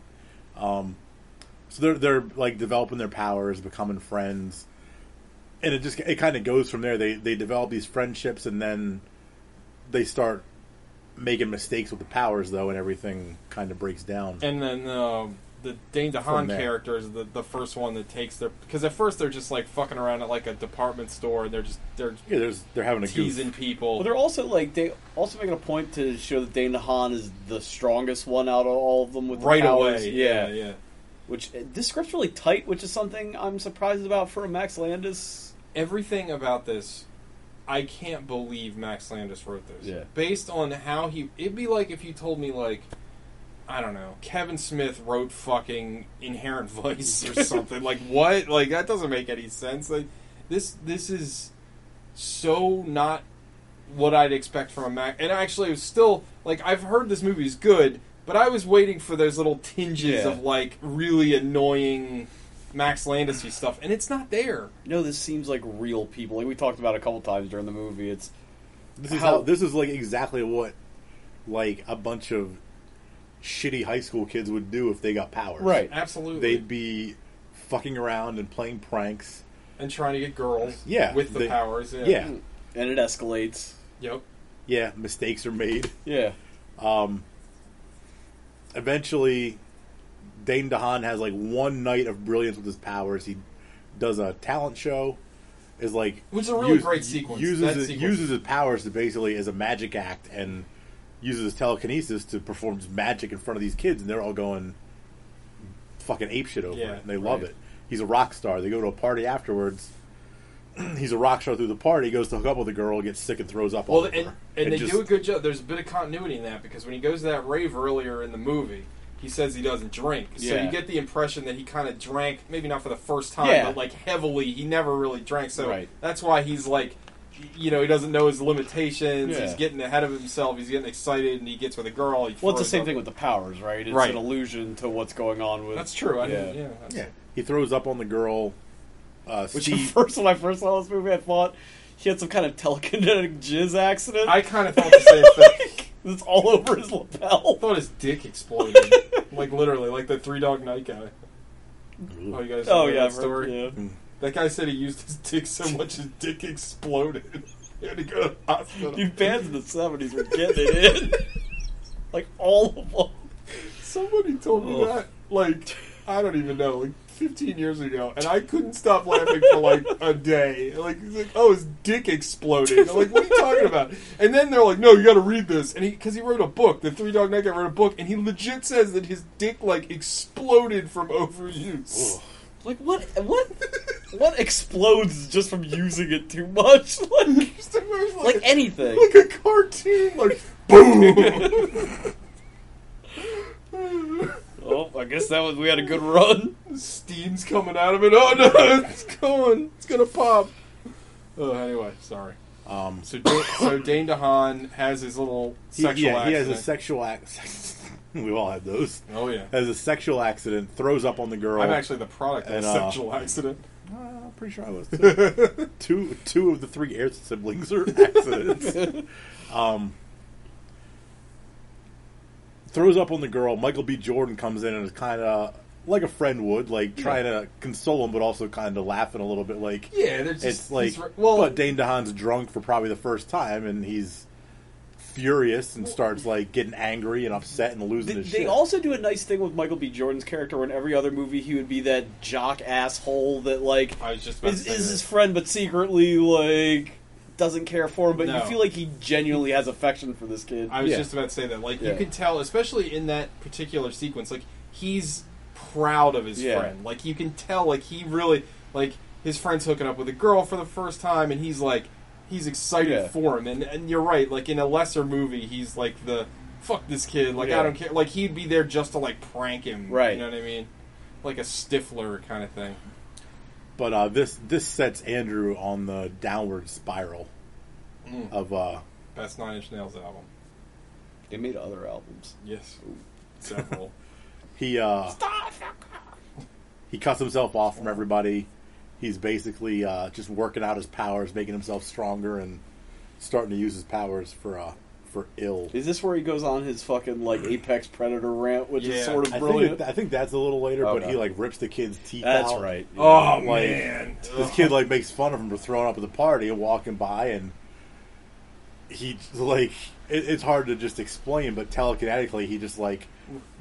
Speaker 8: Um, so they're they're like developing their powers, becoming friends, and it just it kind of goes from there. They they develop these friendships, and then they start making mistakes with the powers though, and everything kind of breaks down.
Speaker 7: And then um the Dane DeHaan
Speaker 8: there.
Speaker 7: character is the, the first one that takes their because at first they're just like fucking around at like a department store and they're just they're
Speaker 8: Yeah, there's they're having a
Speaker 7: teasing
Speaker 8: goof.
Speaker 7: people.
Speaker 6: Well, they're also like they also making a point to show that Dane DeHaan is the strongest one out of all of them with the
Speaker 7: right
Speaker 6: powers.
Speaker 7: away.
Speaker 6: Yeah,
Speaker 7: yeah.
Speaker 6: Which uh, this script's really tight, which is something I'm surprised about for a Max Landis.
Speaker 7: Everything about this, I can't believe Max Landis wrote this.
Speaker 6: Yeah.
Speaker 7: Based on how he, it'd be like if you told me like, I don't know, Kevin Smith wrote fucking Inherent Vice or something. like what? Like that doesn't make any sense. Like this, this is so not what I'd expect from a Mac. And actually, it was still like I've heard this movie is good, but I was waiting for those little tinges
Speaker 6: Yeah.
Speaker 7: of like really annoying Max Landis stuff, and it's not there.
Speaker 6: No, this seems like real people. Like we talked about a couple times during the movie. It's
Speaker 8: This is
Speaker 6: How-
Speaker 8: how, this is like exactly what like a bunch of shitty high school kids would do if they got powers.
Speaker 6: Right.
Speaker 7: Absolutely,
Speaker 8: They'd be fucking around and playing pranks.
Speaker 7: and trying to get girls.
Speaker 8: Yeah,
Speaker 7: with the
Speaker 8: they-
Speaker 7: powers. Yeah.
Speaker 8: Yeah.
Speaker 6: and it escalates.
Speaker 7: Yep.
Speaker 8: Yeah, mistakes are made.
Speaker 6: Yeah.
Speaker 8: Eventually Dane DeHaan has like one night of brilliance with his powers. He does a talent show. Is like
Speaker 7: Which is a really great sequence.
Speaker 8: Uses
Speaker 7: That
Speaker 8: his,
Speaker 7: sequence.
Speaker 8: uses his powers to basically as a magic act and uses his telekinesis to perform his magic in front of these kids, and they're all going fucking apeshit over
Speaker 7: Yeah,
Speaker 8: it, and they love
Speaker 7: right.
Speaker 8: it. He's a rock star. They go to a party afterwards. He's a rock star through the party. Goes to hook up with a girl, gets sick, and throws up. all
Speaker 7: Well,
Speaker 8: over
Speaker 7: and,
Speaker 8: her.
Speaker 7: and
Speaker 8: It
Speaker 7: they
Speaker 8: just-
Speaker 7: do a good job. There's a bit of continuity in that because when he goes to that rave earlier in the movie, he says he doesn't drink. So
Speaker 6: Yeah.
Speaker 7: you get the impression that he kind of drank, maybe not for the first time,
Speaker 6: Yeah.
Speaker 7: but like heavily. He never really drank, so
Speaker 6: Right.
Speaker 7: that's why he's like, you know, he doesn't know his limitations.
Speaker 6: Yeah.
Speaker 7: He's getting ahead of himself. He's getting excited, and he gets with a girl. He
Speaker 6: Well, it's the
Speaker 7: throws
Speaker 6: same
Speaker 7: up.
Speaker 6: thing with the powers, right? It's
Speaker 7: Right.
Speaker 6: an allusion to what's going on with.
Speaker 7: That's true. I
Speaker 6: yeah.
Speaker 7: didn't- yeah, that's-
Speaker 8: Yeah, he throws up on the girl. Uh,
Speaker 6: Which
Speaker 8: Steve,
Speaker 6: at first, when I first saw this movie, I thought he had some kind of telekinetic jizz accident.
Speaker 7: I kind of thought the same thing.
Speaker 6: It's all over his
Speaker 7: I
Speaker 6: lapel.
Speaker 7: thought his dick exploded, like literally, like the three dog night guy. Oh, you guys! know
Speaker 6: Oh yeah,
Speaker 7: that story. Mm-hmm.
Speaker 6: yeah.
Speaker 7: That guy said he used his dick so much his dick exploded. he had to go to the hospital.
Speaker 6: Dude, bands in the seventies were getting it in, like all of them.
Speaker 7: Somebody told me that, like, I don't even know, like 15 years ago, and I couldn't stop laughing for like a day. Like, he's like, oh, his dick exploded. I'm like, what are you talking about? And then they're like, no, you got to read this, and he because he wrote a book, the Three Dog Night guy wrote a book, and he legit says that his dick like exploded from overuse.
Speaker 6: Like what? What? What explodes just from using it too much? Like,
Speaker 7: Just imagine, like,
Speaker 6: like
Speaker 7: a-
Speaker 6: anything.
Speaker 7: like a cartoon, like boom.
Speaker 6: Oh, I guess that was we had a good run.
Speaker 7: steam's coming out of it. Oh no, it's going, it's gonna pop. Oh, anyway, sorry.
Speaker 8: um,
Speaker 7: So, Da- so Dane DeHaan has his little
Speaker 8: he-
Speaker 7: sexual
Speaker 8: yeah,
Speaker 7: accident.
Speaker 8: he has a sexual act. We've all had those.
Speaker 7: oh yeah,
Speaker 8: Has a sexual accident, throws up on the girl.
Speaker 7: I'm actually the product of
Speaker 8: And,
Speaker 7: a
Speaker 8: uh,
Speaker 7: sexual accident.
Speaker 8: Uh, I'm pretty sure I was. too. two, two of the three air siblings are accidents. um, throws up on the girl. Michael B. Jordan comes in and is kind of like a friend would, like trying to console him, but also kind of laughing a little bit, like
Speaker 7: Yeah, they're just
Speaker 8: it's like
Speaker 7: he's re- well,
Speaker 8: but Dane DeHaan's drunk for probably the first time, and he's furious and starts like getting angry and upset and losing
Speaker 6: They,
Speaker 8: his
Speaker 6: they
Speaker 8: shit.
Speaker 6: also do a nice thing with Michael B. Jordan's character. Where in every other movie, he would be that jock asshole that like
Speaker 7: I was just about
Speaker 6: is,
Speaker 7: to say
Speaker 6: is
Speaker 7: that.
Speaker 6: his friend, but secretly like doesn't care for him. But
Speaker 7: No.
Speaker 6: you feel like he genuinely has affection for this kid.
Speaker 7: I was
Speaker 8: Yeah.
Speaker 7: just about to say that. Like you
Speaker 6: Yeah.
Speaker 7: can tell, especially in that particular sequence, like he's proud of his
Speaker 6: Yeah.
Speaker 7: friend. Like you can tell, like he really like his friend's hooking up with a girl for the first time, and he's like he's excited
Speaker 6: Yeah.
Speaker 7: for him. And and you're right, like in a lesser movie, he's like the fuck this kid. Like
Speaker 6: Yeah.
Speaker 7: I don't care. Like he'd be there just to like prank him.
Speaker 6: Right.
Speaker 7: You know what I mean? Like a stiffler kind of thing.
Speaker 8: But uh, this this sets Andrew on the downward spiral
Speaker 6: Mm.
Speaker 8: of uh,
Speaker 7: Best Nine Inch Nails album.
Speaker 6: They made other albums.
Speaker 7: Yes. Several.
Speaker 8: he uh, he cuts himself off from everybody. He's basically uh, just working out his powers, making himself stronger, and starting to use his powers for uh, for ill.
Speaker 6: Is this where he goes on his fucking like apex predator rant, which
Speaker 7: Yeah.
Speaker 6: is sort of
Speaker 8: I
Speaker 6: brilliant?
Speaker 8: think, it- I think that's a little later, but
Speaker 6: Okay.
Speaker 8: he like rips the kid's teeth
Speaker 6: That's
Speaker 8: out.
Speaker 6: right.
Speaker 7: oh
Speaker 8: Like,
Speaker 7: man.
Speaker 8: This kid like makes fun of him for throwing up at the party and walking by, and he like it, it's hard to just explain, but telekinetically he just like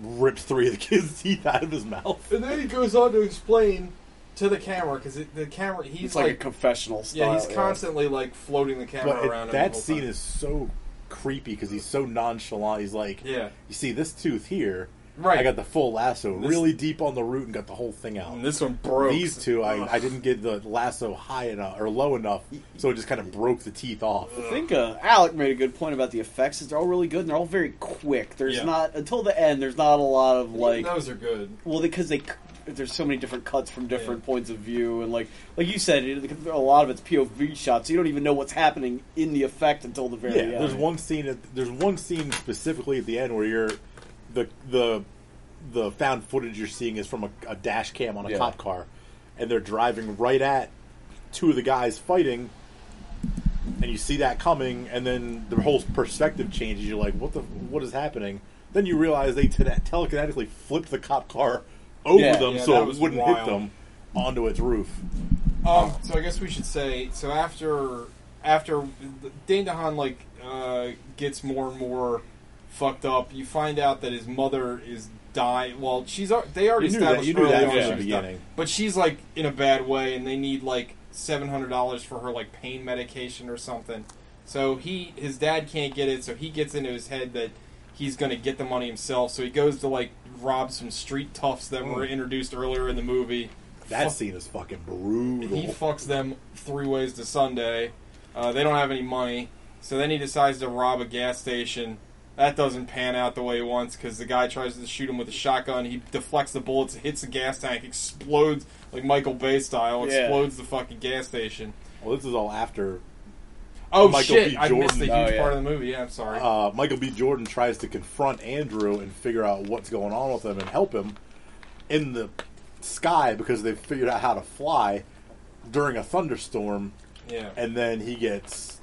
Speaker 8: rips three of the kid's teeth out of his mouth.
Speaker 7: And then he goes on to explain to the camera because the camera he's
Speaker 6: It's like, a uh, confessional
Speaker 7: yeah
Speaker 6: style.
Speaker 7: he's constantly like floating the camera
Speaker 8: But it-
Speaker 7: around. him the
Speaker 8: that
Speaker 7: whole
Speaker 8: scene
Speaker 7: time.
Speaker 8: is so creepy because he's so nonchalant. He's like,
Speaker 7: Yeah.
Speaker 8: you see this tooth here."
Speaker 7: Right.
Speaker 8: I got the full lasso really deep on the root and got the whole thing out.
Speaker 6: And this one broke.
Speaker 8: These two, I, I didn't get the lasso high enough or low enough, so it just kind of broke the teeth off.
Speaker 6: I think uh, Alec made a good point about the effects. is They're all really good and they're all very quick. There's
Speaker 7: Yeah.
Speaker 6: not until the end. There's not a lot of like
Speaker 7: those are good.
Speaker 6: well because they c- there's so many different cuts from different points of view and like like you said it, a lot of it's POV shots. So you don't even know what's happening in the effect until the very
Speaker 8: Yeah,
Speaker 6: end.
Speaker 8: there's one scene. At, there's one scene specifically at the end where you're the the the found footage you're seeing is from a, a dash cam on a
Speaker 6: Yeah.
Speaker 8: cop car, and they're driving right at two of the guys fighting, and you see that coming, and then the whole perspective changes. You're like, what the what is happening? Then you realize they tele- telekinetically flipped the cop car over
Speaker 6: Yeah.
Speaker 8: them
Speaker 7: Yeah, that
Speaker 8: so it
Speaker 7: was
Speaker 8: wouldn't hit
Speaker 7: wild.
Speaker 8: them onto its roof.
Speaker 7: Um, so I guess we should say so after after Dane DeHaan like uh, gets more and more fucked up, you find out that his mother is dying. Well, she's al- they already
Speaker 8: You knew that-
Speaker 7: established
Speaker 8: you knew that
Speaker 7: early on
Speaker 8: from
Speaker 7: she
Speaker 8: the
Speaker 7: was dying.
Speaker 8: beginning.
Speaker 7: but she's like in a bad way, and they need like seven hundred dollars for her like pain medication or something. So he his dad can't get it, so he gets into his head that he's going to get the money himself. So he goes to like rob some street toughs that
Speaker 8: Mm.
Speaker 7: were introduced earlier in the movie.
Speaker 8: That
Speaker 7: Fuck-
Speaker 8: scene is fucking brutal.
Speaker 7: he fucks them three ways to Sunday. Uh, they don't have any money, so then he decides to rob a gas station. That doesn't pan out the way he wants because the guy tries to shoot him with a shotgun. He deflects the bullets, hits the gas tank, explodes like Michael Bay style,
Speaker 6: Yeah.
Speaker 7: explodes the fucking gas station.
Speaker 8: well, this is all after
Speaker 7: Oh
Speaker 8: Michael
Speaker 7: shit!
Speaker 8: B.
Speaker 7: I missed a huge
Speaker 6: Jordan. Oh, yeah.
Speaker 7: part of the movie. Yeah, I'm sorry.
Speaker 8: uh, Michael B. Jordan tries to confront Andrew and figure out what's going on with him and help him in the sky because they've figured out how to fly during a thunderstorm.
Speaker 7: yeah.
Speaker 8: And then he gets.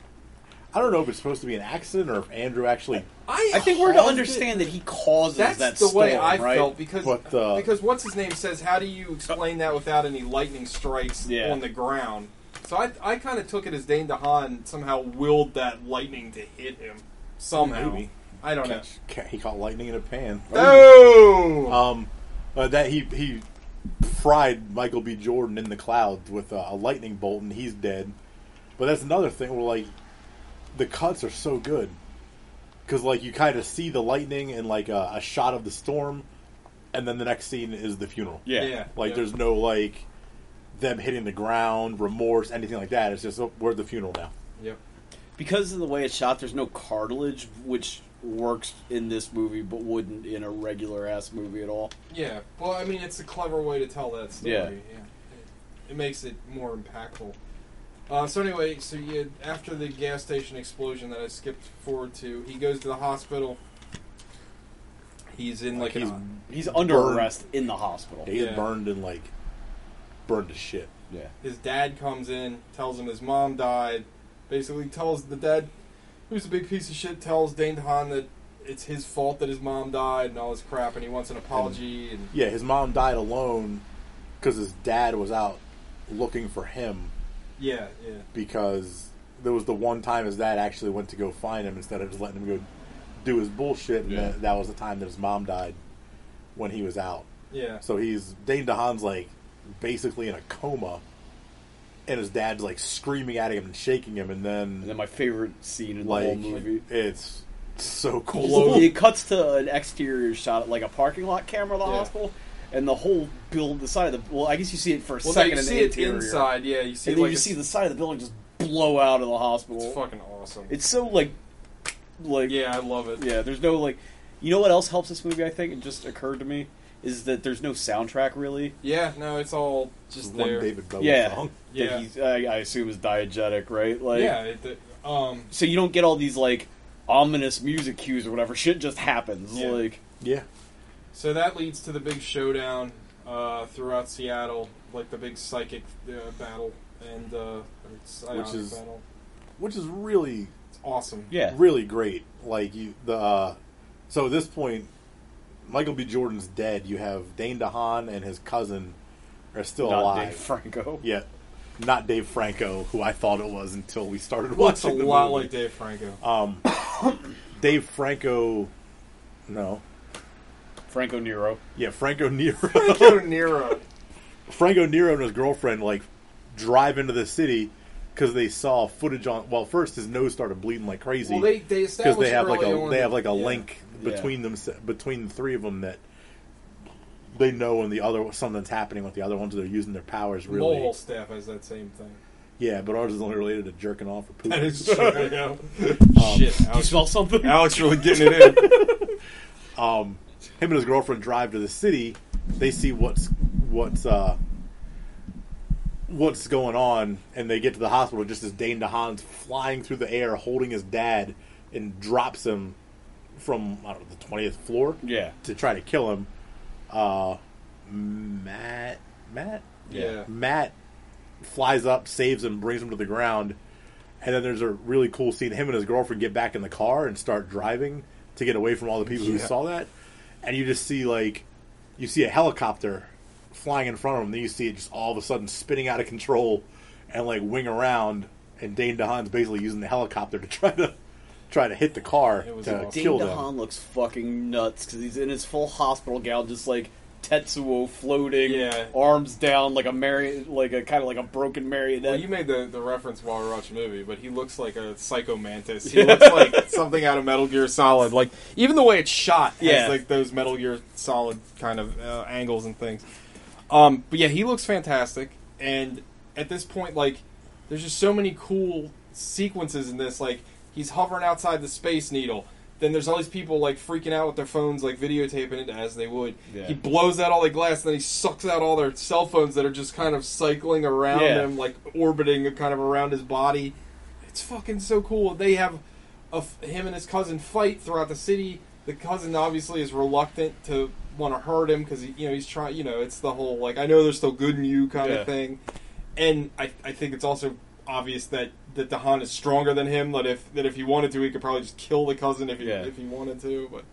Speaker 8: I don't know if it's supposed to be an accident or if Andrew actually.
Speaker 6: I think we're to
Speaker 7: caused it.
Speaker 6: understand that he causes
Speaker 7: That's
Speaker 6: that
Speaker 7: the way
Speaker 6: storm,
Speaker 7: I
Speaker 6: right?
Speaker 7: felt because
Speaker 8: But, uh,
Speaker 7: because what's his name says, how do you explain that without any lightning strikes
Speaker 6: Yeah.
Speaker 7: on the ground? So I, I kind of took it as Dane DeHaan somehow willed that lightning to hit him somehow.
Speaker 8: Maybe.
Speaker 7: I don't know.
Speaker 8: He caught lightning in a pan.
Speaker 7: Oh,
Speaker 8: Um, uh, that he he fried Michael B. Jordan in the clouds with uh, a lightning bolt, and he's dead. But that's another thing where like the cuts are so good because like you kind of see the lightning and like a, a shot of the storm, and then the next scene is the funeral.
Speaker 6: Yeah.
Speaker 7: yeah.
Speaker 8: like
Speaker 7: yeah.
Speaker 8: there's no like them hitting the ground, remorse, anything like that. It's just oh, we're at the funeral now.
Speaker 7: Yep.
Speaker 6: because of the way it's shot, there's no cartilage, which works in this movie but wouldn't in a regular ass movie at all.
Speaker 7: Yeah. Well, I mean, it's a clever way to tell that story.
Speaker 6: Yeah.
Speaker 7: Yeah. It, it makes it more impactful. Uh, so anyway, so you, after the gas station explosion that I skipped forward to, he goes to the hospital. He's in like,
Speaker 8: Like, he's
Speaker 7: an
Speaker 6: He's under
Speaker 8: Burn.
Speaker 6: arrest in the hospital.
Speaker 8: he's
Speaker 7: Yeah.
Speaker 8: burned and like burned to shit.
Speaker 6: Yeah.
Speaker 7: his dad comes in, tells him his mom died. Basically, tells the dad, who's a big piece of shit, tells Dane DeHaan that it's his fault that his mom died and all this crap, and he wants an apology. And
Speaker 8: Yeah, his mom died alone because his dad was out looking for him
Speaker 7: yeah, yeah,
Speaker 8: because there was the one time his dad actually went to go find him instead of just letting him go do his bullshit. And that, that was the time that his mom died when he was out.
Speaker 7: yeah.
Speaker 8: So he's Dane DeHaan's like basically in a coma, and his dad's like screaming at him and shaking him, and then,
Speaker 6: And then my favorite scene in the
Speaker 8: like
Speaker 6: whole movie.
Speaker 8: it's so cool.
Speaker 6: It cuts to an exterior shot, like a parking lot camera of the
Speaker 7: Yeah.
Speaker 6: hospital, and the whole build, the side of the well, I guess you see it for a
Speaker 7: Well, no,
Speaker 6: second
Speaker 7: you
Speaker 6: in
Speaker 7: see
Speaker 6: the
Speaker 7: it
Speaker 6: interior,
Speaker 7: inside. Yeah, you see
Speaker 6: and then
Speaker 7: like
Speaker 6: you
Speaker 7: a-
Speaker 6: see the side of the building just blow out of the hospital.
Speaker 7: It's fucking awesome.
Speaker 6: It's so like, like
Speaker 7: yeah, I love it.
Speaker 6: Yeah, there's no like. You know what else helps this movie? I think it just occurred to me is that there's no soundtrack really.
Speaker 7: Yeah, no, it's all just
Speaker 8: one
Speaker 7: there.
Speaker 8: David Bowie
Speaker 6: Yeah,
Speaker 8: song.
Speaker 7: Yeah.
Speaker 6: That he's, I, I assume is diegetic, right? Like,
Speaker 7: yeah, it, the- um,
Speaker 6: So you don't get all these like ominous music cues or whatever. Shit just happens.
Speaker 7: Yeah.
Speaker 6: Like,
Speaker 8: Yeah,
Speaker 7: so that leads to the big showdown uh, throughout Seattle, like the big psychic uh, battle and uh, or psionic
Speaker 8: Which is-
Speaker 7: battle.
Speaker 8: which is really
Speaker 7: It's awesome.
Speaker 6: yeah,
Speaker 8: really great. Like you, the uh, so at this point, Michael B. Jordan's dead. You have Dane DeHaan and his cousin are still
Speaker 6: not Dave
Speaker 8: alive.
Speaker 6: Franco.
Speaker 8: yeah, not Dave Franco, who I thought it was until we started
Speaker 7: Looks a
Speaker 8: watching. the
Speaker 7: lot
Speaker 8: movie.
Speaker 7: like Dave Franco.
Speaker 8: Um, Dave Franco, no,
Speaker 6: Franco Nero.
Speaker 8: yeah, Franco Nero.
Speaker 7: Franco Nero.
Speaker 8: Franco Nero and his girlfriend like drive into the city because they saw footage on. Well, first his nose started bleeding like crazy.
Speaker 7: Well, they they
Speaker 8: because
Speaker 7: established
Speaker 8: they have like
Speaker 7: early
Speaker 8: a
Speaker 7: on
Speaker 8: they
Speaker 7: that-
Speaker 8: have like a
Speaker 7: yeah.
Speaker 8: link between them between the three of them that they know and the other something's happening with the other ones. They're using their powers really.
Speaker 7: Mole staff has that same thing.
Speaker 8: Yeah, but ours is only related to jerking off or pooping.
Speaker 7: That is true. I know. Shit,
Speaker 6: You
Speaker 8: Um,
Speaker 7: Alex,
Speaker 6: smell something?
Speaker 7: Alex really getting it in.
Speaker 8: Um, Him and his girlfriend drive to the city. They see what's what's uh, what's going on, and they get to the hospital just as Dane DeHaan's flying through the air, holding his dad, and drops him from I don't know the twentieth floor.
Speaker 6: Yeah.
Speaker 8: to try to kill him. Uh, Matt, Matt,
Speaker 7: Yeah.
Speaker 8: Matt flies up, saves him, brings him to the ground, and then there's a really cool scene. Him and his girlfriend get back in the car and start driving to get away from all the people who
Speaker 7: Yeah.
Speaker 8: saw that, and you just see like you see a helicopter flying in front of him. Then you see it just all of a sudden spinning out of control and like wing around, and Dane DeHaan's basically using the helicopter to try to try to hit the car to
Speaker 7: It was awesome.
Speaker 8: kill
Speaker 6: Dane
Speaker 8: them.
Speaker 6: DeHaan looks fucking nuts because he's in his full hospital gown, just like Tetsuo floating,
Speaker 7: Yeah.
Speaker 6: arms down, like a mari- like a kind of like a broken marionette.
Speaker 7: Well, you made the, the reference while we were watching the movie, but he looks like a psycho mantis. He looks like something out of Metal Gear Solid. Like even the way it's shot has
Speaker 6: Yeah.
Speaker 7: like those Metal Gear Solid kind of uh, angles and things. Um, but yeah, he looks fantastic. And at this point, like there's just so many cool sequences in this. Like he's hovering outside the Space Needle. Then there's all these people like freaking out with their phones, like videotaping it as they would.
Speaker 6: Yeah.
Speaker 7: He blows out all the glass, and then he sucks out all their cell phones that are just kind of cycling around around
Speaker 6: Yeah.
Speaker 7: him, like orbiting kind of around his body. It's fucking so cool. They have a f him and his cousin fight throughout the city. The cousin obviously is reluctant to want to hurt him because you know he's trying. You know, it's the whole like I know there's still good in you kind
Speaker 6: Yeah.
Speaker 7: of thing. And I, I think it's also obvious that that Dahan is stronger than him. That if that if he wanted to, he could probably just kill the cousin if he
Speaker 6: Yeah.
Speaker 7: if he wanted to. But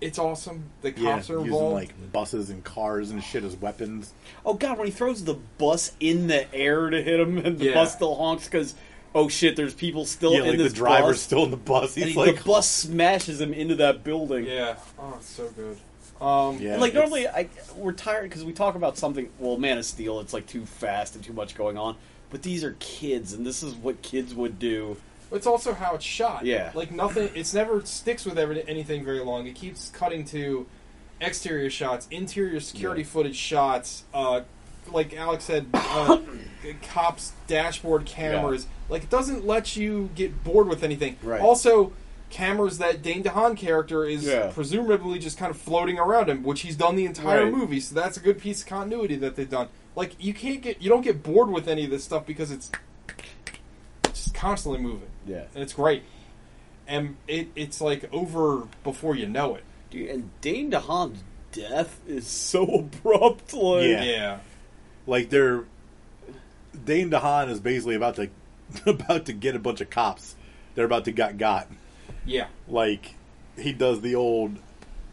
Speaker 7: it's awesome. The
Speaker 8: Yeah,
Speaker 7: cops are
Speaker 8: using
Speaker 7: involved.
Speaker 8: like buses and cars and shit as weapons.
Speaker 6: Oh god, when he throws the bus in the air to hit him, and the
Speaker 7: Yeah.
Speaker 6: bus still honks because oh shit, there's people still
Speaker 8: Yeah,
Speaker 6: in
Speaker 8: like the
Speaker 6: this
Speaker 8: driver's
Speaker 6: bus.
Speaker 8: still in the bus.
Speaker 6: and
Speaker 8: He's
Speaker 6: he-
Speaker 8: like,
Speaker 6: the bus smashes him into that building.
Speaker 7: yeah. Oh, it's so good. Um,
Speaker 8: "Oh, Yeah,
Speaker 6: And, like
Speaker 8: it's-
Speaker 6: normally, I we're tired because we talk about something. Well, Man of Steel, it's like too fast and too much going on. But these are kids, and this is what kids would do.
Speaker 7: It's also how it's shot.
Speaker 6: Yeah.
Speaker 7: Like nothing. It's never sticks with every, anything very long. It keeps cutting to exterior shots, interior security footage shots. Uh, like Alex said, uh, c- cops dashboard cameras. Like it doesn't let you get bored with anything.
Speaker 6: Right.
Speaker 7: Also. Cameras that Dane DeHaan character is
Speaker 6: Yeah.
Speaker 7: presumably just kind of floating around him, which he's done the entire
Speaker 6: Right.
Speaker 7: movie. So that's a good piece of continuity that they've done. Like you can't get you don't get bored with any of this stuff because it's just constantly moving.
Speaker 6: Yeah.
Speaker 7: And it's great. And it, it's like over before you know it.
Speaker 6: Dude, and Dane DeHaan's death is so abrupt. Like,
Speaker 8: Yeah. like they're Dane DeHaan is basically about to about to get a bunch of cops. They're about to got got.
Speaker 7: Yeah.
Speaker 8: Like he does the old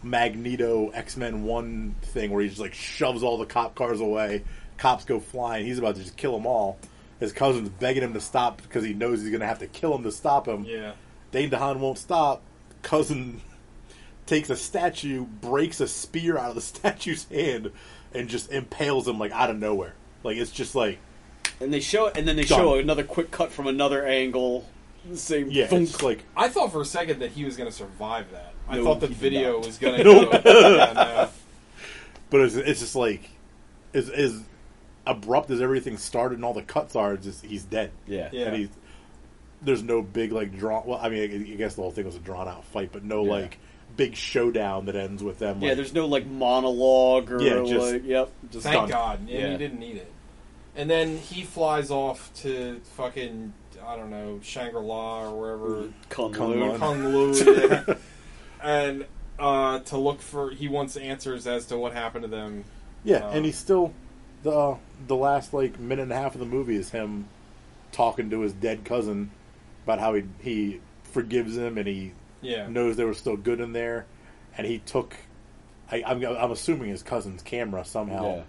Speaker 8: Magneto X Men One thing where he just like shoves all the cop cars away. Cops go flying. He's about to just kill them all. His cousin's begging him to stop because he knows he's going to have to kill him to stop him.
Speaker 7: Yeah.
Speaker 8: Dane DeHaan won't stop. Cousin takes a statue, breaks a spear out of the statue's hand, and just impales him like out of nowhere. Like it's just like
Speaker 6: and they show, and then they
Speaker 8: Done.
Speaker 6: show another quick cut from another angle. The same,
Speaker 8: yeah,
Speaker 6: thunk.
Speaker 8: it's just like
Speaker 7: I thought for a second that he was going to survive that. I
Speaker 6: No,
Speaker 7: thought the
Speaker 6: he did
Speaker 7: video
Speaker 6: not.
Speaker 7: was going to go. yeah, no.
Speaker 8: but it's, it's just like as as abrupt as everything started and all the cuts are. It's just he's dead.
Speaker 6: yeah,
Speaker 7: Yeah.
Speaker 8: and he's there's no big like drawn. Well, I mean, I I guess the whole thing was a drawn out fight, but no
Speaker 6: Yeah.
Speaker 8: like big showdown that ends with them. Like,
Speaker 6: Yeah, there's no like monologue or
Speaker 8: Yeah, just-
Speaker 6: like yep, just
Speaker 7: Thank
Speaker 8: done.
Speaker 7: God. And
Speaker 6: Yeah.
Speaker 7: he didn't need it. And then he flies off to fucking, I don't know, Shangri La or wherever.
Speaker 6: Kung
Speaker 8: Kung
Speaker 6: Lao.
Speaker 8: Lao.
Speaker 7: Kung Lu. yeah. and uh, to look for, he wants answers as to what happened to them.
Speaker 8: Yeah,
Speaker 7: Um,
Speaker 8: and he's still the uh, the last like minute and a half of the movie is him talking to his dead cousin about how he he forgives him and he
Speaker 7: Yeah.
Speaker 8: knows there was still good in there, and he took. I, I'm I'm assuming his cousin's camera somehow
Speaker 6: Yeah.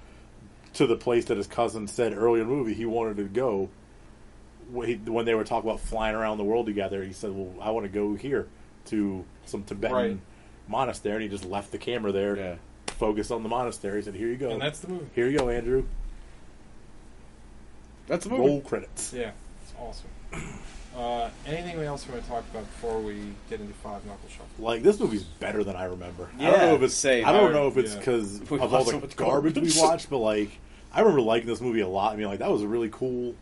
Speaker 8: to the place that his cousin said earlier in the movie he wanted to go. When he- when they were talking about flying around the world together, he said, "Well, I want to go here to some Tibetan
Speaker 7: Right.
Speaker 8: monastery," and he just left the camera there,
Speaker 6: Yeah.
Speaker 8: focused on the monastery. He said, "Here you go."
Speaker 7: And that's the movie.
Speaker 8: Here you go, Andrew.
Speaker 6: That's the movie.
Speaker 8: Roll credits.
Speaker 7: Yeah, it's awesome. Uh, anything else we want to talk about before we get into Five Knuckle Shuffle?
Speaker 8: Like this movie's better than I remember. I don't
Speaker 6: Yeah,
Speaker 8: know if it's
Speaker 6: same.
Speaker 8: I don't
Speaker 6: I-
Speaker 8: know if it's
Speaker 7: yeah.
Speaker 8: because
Speaker 6: We
Speaker 8: of all
Speaker 6: watched
Speaker 8: the
Speaker 6: so much
Speaker 8: garbage we
Speaker 6: garbage.
Speaker 8: watched, but like I remember liking this movie a lot. I mean, like that was a really cool,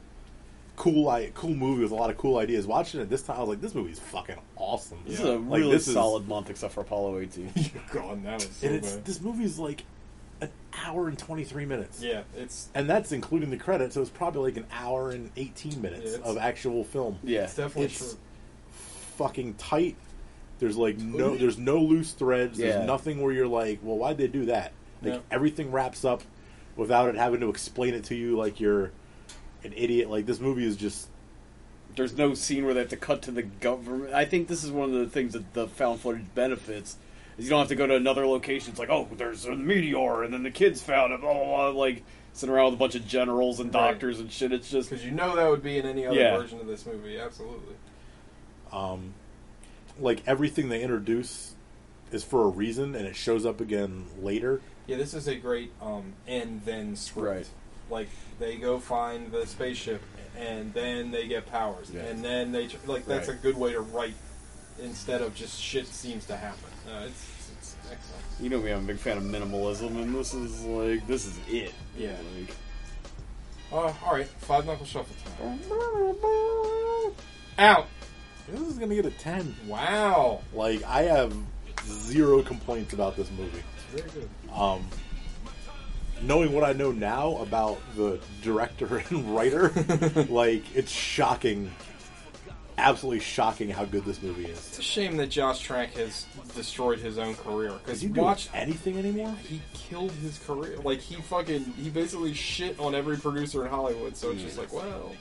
Speaker 8: cool, i- cool movie with a lot of cool ideas. Watching it this time, I was like, this movie's fucking awesome.
Speaker 6: This is a
Speaker 8: Like,
Speaker 6: really
Speaker 8: this is-
Speaker 6: solid month, except for Apollo 18.
Speaker 7: God, that was so
Speaker 8: And it's
Speaker 7: bad.
Speaker 8: this movie's like an hour and twenty three minutes.
Speaker 7: yeah, it's
Speaker 8: And that's including the credits, so it's probably like an hour and eighteen minutes
Speaker 7: Yeah, it's-
Speaker 8: of actual film.
Speaker 6: yeah.
Speaker 7: it's definitely
Speaker 8: it's-
Speaker 7: true.
Speaker 8: fucking tight. There's like no there's no loose threads.
Speaker 6: Yeah.
Speaker 8: There's nothing where you're like, well, why'd they do that? Like
Speaker 7: No.
Speaker 8: everything wraps up without it having to explain it to you like you're an idiot. Like this movie is just
Speaker 6: There's no scene where they have to cut to the government. I think this is one of the things that the found footage benefits. Is you don't have to go to another location. It's like, oh, there's a meteor, and then the kids found it. Blah blah. blah. Like sitting around with a bunch of generals and
Speaker 7: Right.
Speaker 6: doctors and shit. It's just
Speaker 7: Because you know that would be in any other
Speaker 6: Yeah.
Speaker 7: version of this movie, absolutely.
Speaker 8: like everything they introduce is for a reason and it shows up again later.
Speaker 7: Yeah, this is a great um, and then script.
Speaker 6: Right.
Speaker 7: Like they go find the spaceship, and then they get powers,
Speaker 6: Yeah.
Speaker 7: and then they tr- like that's
Speaker 6: Right.
Speaker 7: a good way to write instead of just shit seems to happen. No, it's, it's excellent.
Speaker 6: you know me. I'm a big fan of minimalism, and this is like this is it.
Speaker 7: Yeah.
Speaker 6: Like,
Speaker 7: Uh, all right, five knuckle shuffle time. Out.
Speaker 8: This is gonna get a ten.
Speaker 7: Wow.
Speaker 8: Like I have zero complaints about this movie.
Speaker 7: Very good.
Speaker 8: knowing what I know now about the director and writer, like it's shocking, absolutely shocking how good this movie is.
Speaker 7: It's a shame that Josh Trank has destroyed his own career because
Speaker 8: Does he
Speaker 7: you
Speaker 8: do
Speaker 7: watch
Speaker 8: anything anymore?
Speaker 7: he killed his career. Like he fucking he basically shit on every producer in Hollywood. So it's just like well,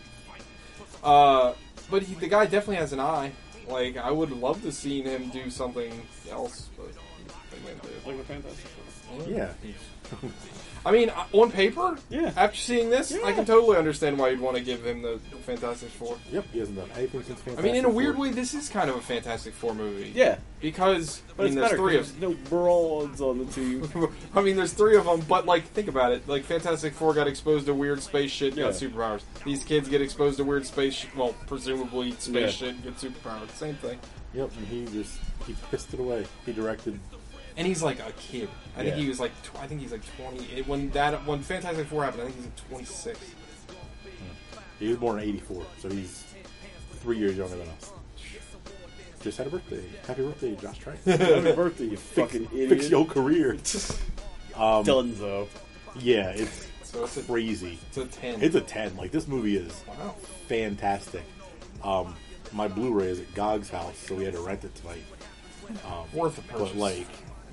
Speaker 7: uh, but he, the guy definitely has an eye. Like I would love to see him do something else, but he didn't do it.
Speaker 6: like the Fantastic Four.
Speaker 8: Yeah,
Speaker 7: I mean, uh, on paper,
Speaker 6: Yeah.
Speaker 7: After seeing this, I
Speaker 6: Yeah.
Speaker 7: can totally understand why you'd want to give him the Fantastic Four.
Speaker 8: yep, he hasn't done anything since.
Speaker 7: I mean, in a
Speaker 8: Fantastic
Speaker 7: weird
Speaker 8: Four.
Speaker 7: way, this is kind of a Fantastic Four movie.
Speaker 6: Yeah,
Speaker 7: because
Speaker 6: but
Speaker 7: I mean, there's
Speaker 6: it's better.
Speaker 7: three
Speaker 6: 'cause
Speaker 7: of
Speaker 6: there's no brawls on the team.
Speaker 7: I mean, there's three of them, but like, think about it. Like, Fantastic Four got exposed to weird space shit, got
Speaker 6: Yeah.
Speaker 7: superpowers. These kids get exposed to weird space, sh- well, presumably
Speaker 6: Yeah.
Speaker 7: space shit, get superpowers. Same thing.
Speaker 8: Yep, and he just he pissed it away. He directed.
Speaker 7: And he's like a kid. I think
Speaker 6: Yeah.
Speaker 7: he was like, tw- I think he's like 20. It, when that when Fantastic Four happened, I think he's like 26.
Speaker 8: He was born in '84, so he's three years younger than us. Just had a birthday. Happy birthday, Josh Trank.
Speaker 6: Happy birthday, you fucking idiot.
Speaker 8: Fix your career.
Speaker 6: Um, Dunzo.
Speaker 8: Yeah, it's
Speaker 7: So it's a,
Speaker 8: crazy.
Speaker 7: it's a 10.
Speaker 8: It's a ten. Like this movie is
Speaker 7: wow.
Speaker 8: fantastic. Um, my Blu-ray is at Gog's house, so we had to rent it tonight.
Speaker 7: Worth a purchase.
Speaker 8: But like,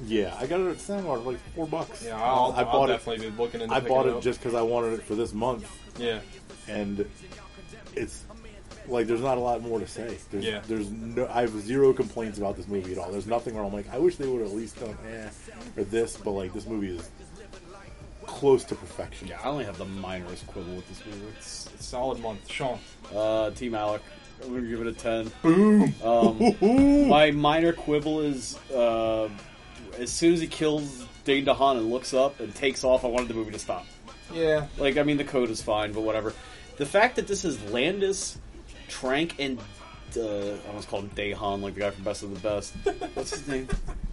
Speaker 8: yeah, I got it at Soundbar for like four bucks.
Speaker 7: yeah, I'll,
Speaker 8: I
Speaker 7: I
Speaker 8: bought
Speaker 7: will
Speaker 8: it.
Speaker 7: definitely be looking into
Speaker 8: I
Speaker 7: picking
Speaker 8: bought it
Speaker 7: up.
Speaker 8: just because I wanted it for this month,
Speaker 7: Yeah.
Speaker 8: and it's like there's not a lot more to say. There's,
Speaker 7: Yeah.
Speaker 8: there's no, I have zero complaints about this movie at all. There's nothing where I'm like, I wish they would have at least done eh or this, but like this movie is close to perfection.
Speaker 6: Yeah, I only have the minorest quibble with this movie.
Speaker 7: It's a solid month. Sean.
Speaker 6: Uh, Team Alec. I'm gonna give it a ten. Boom. Um, my minor quibble is uh, as soon as he kills Dane DeHaan and looks up and takes off, I wanted the movie to stop.
Speaker 7: Yeah.
Speaker 6: Like, I mean, the code is fine, but whatever. The fact that this is Landis, Trank, and uh, I almost called him DeHaan, like the guy from Best of the Best. What's his name?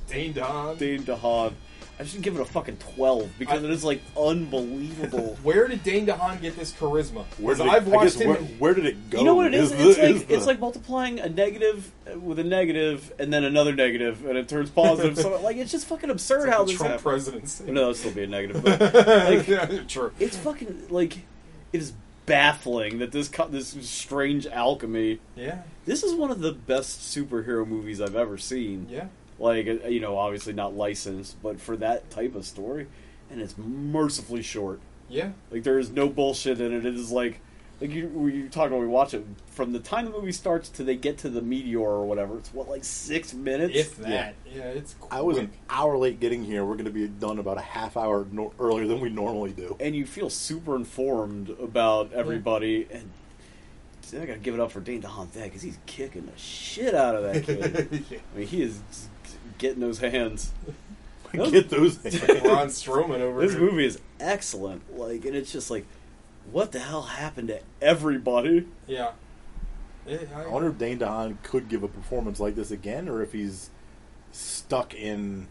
Speaker 7: Dane Don.
Speaker 6: Dane DeHaan. I should give it a fucking twelve because
Speaker 7: I-
Speaker 6: it is like unbelievable.
Speaker 7: Where did Dane DeHaan get this charisma?
Speaker 8: Where
Speaker 7: Because
Speaker 8: did it,
Speaker 7: I've
Speaker 8: I
Speaker 7: watched
Speaker 8: guess
Speaker 7: him.
Speaker 8: Where,
Speaker 7: in-
Speaker 8: where did it go?
Speaker 6: You know what it is?
Speaker 8: the-
Speaker 6: It's like
Speaker 8: the-
Speaker 6: it's like multiplying a negative with a negative and then another negative, and it turns positive. so like it's just fucking absurd how
Speaker 7: the
Speaker 6: this
Speaker 7: Trump
Speaker 6: happened.
Speaker 7: presidency.
Speaker 6: No, it'll still be a negative. But
Speaker 7: yeah, true.
Speaker 6: it's fucking like it is baffling that this co- this strange alchemy.
Speaker 7: Yeah,
Speaker 6: This is one of the best superhero movies I've ever seen.
Speaker 7: yeah.
Speaker 6: Like uh, you know, obviously not licensed, but for that type of story, and it's mercifully short.
Speaker 7: Yeah,
Speaker 6: Like there is no bullshit in it. It is like Like you, we talk about, we watch it from the time the movie starts to they get to the meteor or whatever. It's what like six minutes.
Speaker 7: If that. Yeah, it's quick.
Speaker 8: I was an hour late getting here. We're going to be done about a half hour nor- earlier than we normally do.
Speaker 6: and you feel super informed about everybody. And I gotta give it up for Dane DeHaan because he's kicking the shit out of that kid. I mean, he is getting those hands.
Speaker 8: Get those.
Speaker 7: Ron Strowman over
Speaker 6: This
Speaker 7: here.
Speaker 6: movie is excellent. Like, and it's just like, what the hell happened to everybody?
Speaker 7: Yeah. It- I-
Speaker 8: I wonder if Dane DeHaan could give a performance like this again, or if he's stuck in.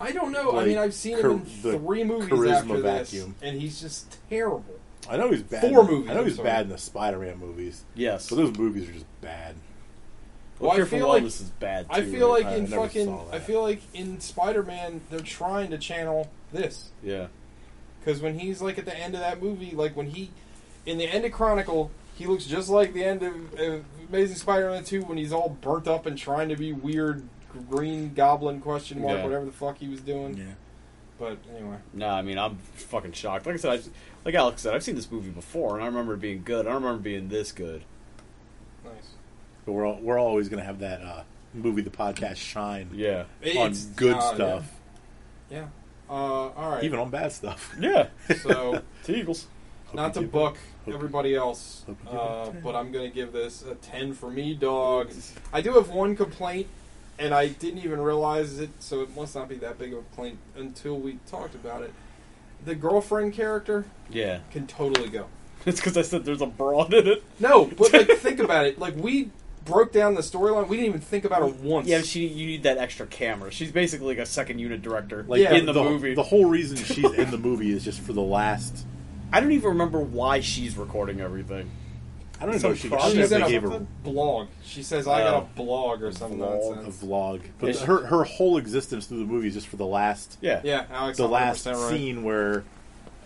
Speaker 7: I don't know. I
Speaker 8: like,
Speaker 7: mean, I've seen him in
Speaker 8: char- the
Speaker 7: three movies
Speaker 8: charisma
Speaker 7: after this,
Speaker 8: vacuum.
Speaker 7: and he's just terrible.
Speaker 8: I know he's bad.
Speaker 7: Four
Speaker 8: in-
Speaker 7: movies,
Speaker 8: I know
Speaker 7: I'm
Speaker 8: he's
Speaker 7: sorry.
Speaker 8: bad in the Spider-Man movies,
Speaker 6: Yes.
Speaker 8: but those movies are just bad.
Speaker 6: Well,
Speaker 7: I
Speaker 6: Fear from
Speaker 7: feel
Speaker 6: Wellness
Speaker 7: like-
Speaker 6: is bad.
Speaker 7: I
Speaker 6: too,
Speaker 7: feel
Speaker 6: right?
Speaker 7: like
Speaker 8: I
Speaker 7: in
Speaker 8: never
Speaker 7: fucking,
Speaker 8: saw that.
Speaker 7: I feel like in Spider-Man, they're trying to channel this
Speaker 6: yeah,
Speaker 7: because when he's like at the end of that movie, like when he in the end of Chronicle, he looks just like the end of, of Amazing Spider-Man Two when he's all burnt up and trying to be weird Green Goblin question mark
Speaker 6: Yeah.
Speaker 7: whatever the fuck he was doing. But anyway,
Speaker 6: no, I mean, I'm fucking shocked. Like I said, I, like Alex said, I've seen this movie before, and I remember it being good. I don't remember it being this good.
Speaker 7: nice.
Speaker 8: But we're all, we're always gonna have that uh, movie, the podcast shine
Speaker 6: Yeah,
Speaker 8: on
Speaker 7: It's-
Speaker 8: good
Speaker 7: uh,
Speaker 8: stuff,
Speaker 7: Yeah. yeah. Uh, all right.
Speaker 8: even on bad stuff.
Speaker 6: yeah,
Speaker 7: so.
Speaker 6: it's Eagles.
Speaker 7: Not to
Speaker 8: you do.
Speaker 7: buck
Speaker 8: you-
Speaker 7: everybody else,
Speaker 8: hope you do
Speaker 7: uh, but I'm going to give this a 10 for me, dog. I do have one complaint, and I didn't even realize it, so it must not be that big of a complaint until we talked about it. The girlfriend character
Speaker 6: Yeah,
Speaker 7: can totally go.
Speaker 6: it's because I said there's a broad in it.
Speaker 7: No, but like think about it. Like we broke down the storyline, we didn't even think about it once.
Speaker 6: Yeah, she. You need that extra camera. She's basically like a second unit director, like
Speaker 7: Yeah.
Speaker 6: in the, movie.
Speaker 8: the whole reason she's in the movie is just for the last.
Speaker 6: I don't even remember why she's recording everything.
Speaker 8: I don't even
Speaker 6: Some
Speaker 8: know if she, I don't know
Speaker 6: project
Speaker 8: if
Speaker 7: She's
Speaker 8: they
Speaker 7: in a
Speaker 8: gave her
Speaker 7: blog. She says, "I got
Speaker 6: Oh.
Speaker 7: a blog" or some
Speaker 6: Blog.
Speaker 8: a
Speaker 7: nonsense.
Speaker 8: vlog, but
Speaker 6: Yeah.
Speaker 8: her her whole existence through the movie is just for the last
Speaker 6: Yeah,
Speaker 7: Yeah, Alex.
Speaker 8: the last
Speaker 7: 100% right.
Speaker 8: scene where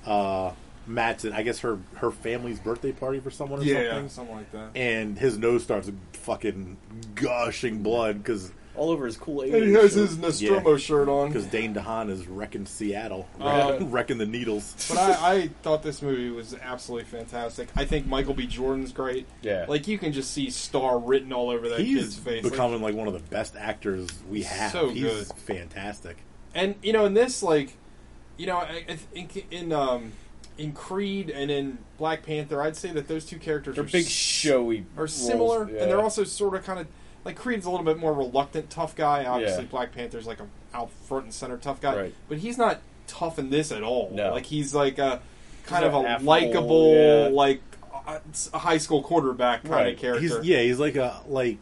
Speaker 8: uh, Matt's at I guess her her family's birthday party for someone or
Speaker 7: Yeah,
Speaker 8: something,
Speaker 7: something like that.
Speaker 8: and his nose starts fucking gushing blood because
Speaker 6: all over his cool.
Speaker 7: And he has his
Speaker 8: Nostromo
Speaker 7: Nostromo shirt on.
Speaker 8: because Dane DeHaan is wrecking Seattle,
Speaker 7: Uh,
Speaker 8: wrecking the needles.
Speaker 7: But I, I thought this movie was absolutely fantastic. I think Michael B. Jordan's great.
Speaker 6: Yeah.
Speaker 7: Like you can just see star written all over that
Speaker 8: He's
Speaker 7: kid's face. Like-
Speaker 8: becoming like one of the best actors we have.
Speaker 7: So
Speaker 8: He's
Speaker 7: good.
Speaker 8: fantastic.
Speaker 7: and you know, in this, like, you know, I, I think in um, in Creed and in Black Panther, I'd say that those two characters
Speaker 6: They're
Speaker 7: are
Speaker 6: big
Speaker 7: s-
Speaker 6: showy.
Speaker 7: are similar,
Speaker 6: roles, yeah.
Speaker 7: and they're also sort of kind of like Creed's a little bit more reluctant tough guy. Obviously,
Speaker 6: Yeah.
Speaker 7: Black Panther's like a out front and center tough guy,
Speaker 6: Right.
Speaker 7: but he's not tough in this at all.
Speaker 6: No.
Speaker 7: Like he's like a kind
Speaker 6: He's
Speaker 7: of
Speaker 6: a
Speaker 7: a
Speaker 6: affable,
Speaker 7: likable,
Speaker 6: yeah.
Speaker 7: like uh, s- a high school quarterback kind
Speaker 6: Right.
Speaker 7: of character.
Speaker 8: He's yeah, he's like a like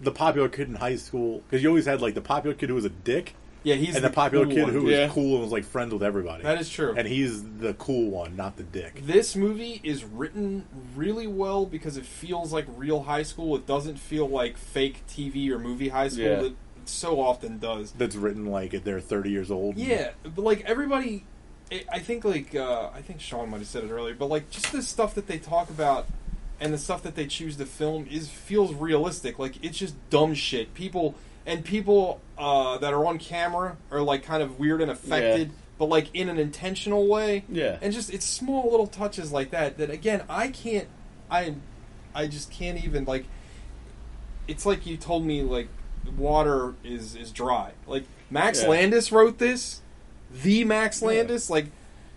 Speaker 8: the popular kid in high school because you always had like the popular kid who was a dick.
Speaker 7: yeah, he's
Speaker 8: and the, popular
Speaker 7: cool
Speaker 8: kid
Speaker 7: one.
Speaker 8: who
Speaker 6: Yeah.
Speaker 8: was cool and was like friends with everybody.
Speaker 7: That is true.
Speaker 8: And he's the cool one, not the dick.
Speaker 7: This movie is written really well because it feels like real high school. It doesn't feel like fake TV or movie high school
Speaker 6: Yeah.
Speaker 7: that so often does.
Speaker 8: That's written like they're thirty years old.
Speaker 7: Yeah, but like everybody, I- I think like uh, I think Sean might have said it earlier, but like just the stuff that they talk about and the stuff that they choose to film is feels realistic. Like it's just dumb shit. People and people uh, that are on camera are like kind of weird and affected.
Speaker 6: Yeah.
Speaker 7: But like in an intentional way,
Speaker 6: Yeah.
Speaker 7: and just it's small little touches like that that again I can't, I, I just can't even like it's like you told me like water is is dry. Like Max
Speaker 6: Yeah.
Speaker 7: Landis wrote this, the Max Landis. Like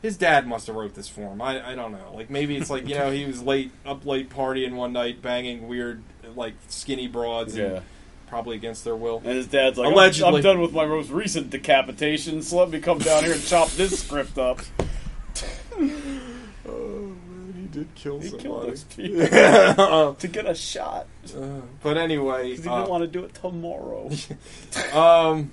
Speaker 7: his dad must have wrote this for him. I I don't know. Like maybe it's like you know he was late up late partying one night, banging weird like skinny broads,
Speaker 6: Yeah.
Speaker 7: and probably against their will.
Speaker 6: And his dad's like, I'm- I'm,
Speaker 7: Allegedly.
Speaker 6: done with my most recent decapitation, so let me come down here and chop this script up.
Speaker 7: He did kill
Speaker 6: He killed those people to get a shot.
Speaker 7: but anyway,
Speaker 6: Because he
Speaker 7: uh,
Speaker 6: didn't want to do it tomorrow.
Speaker 7: Um,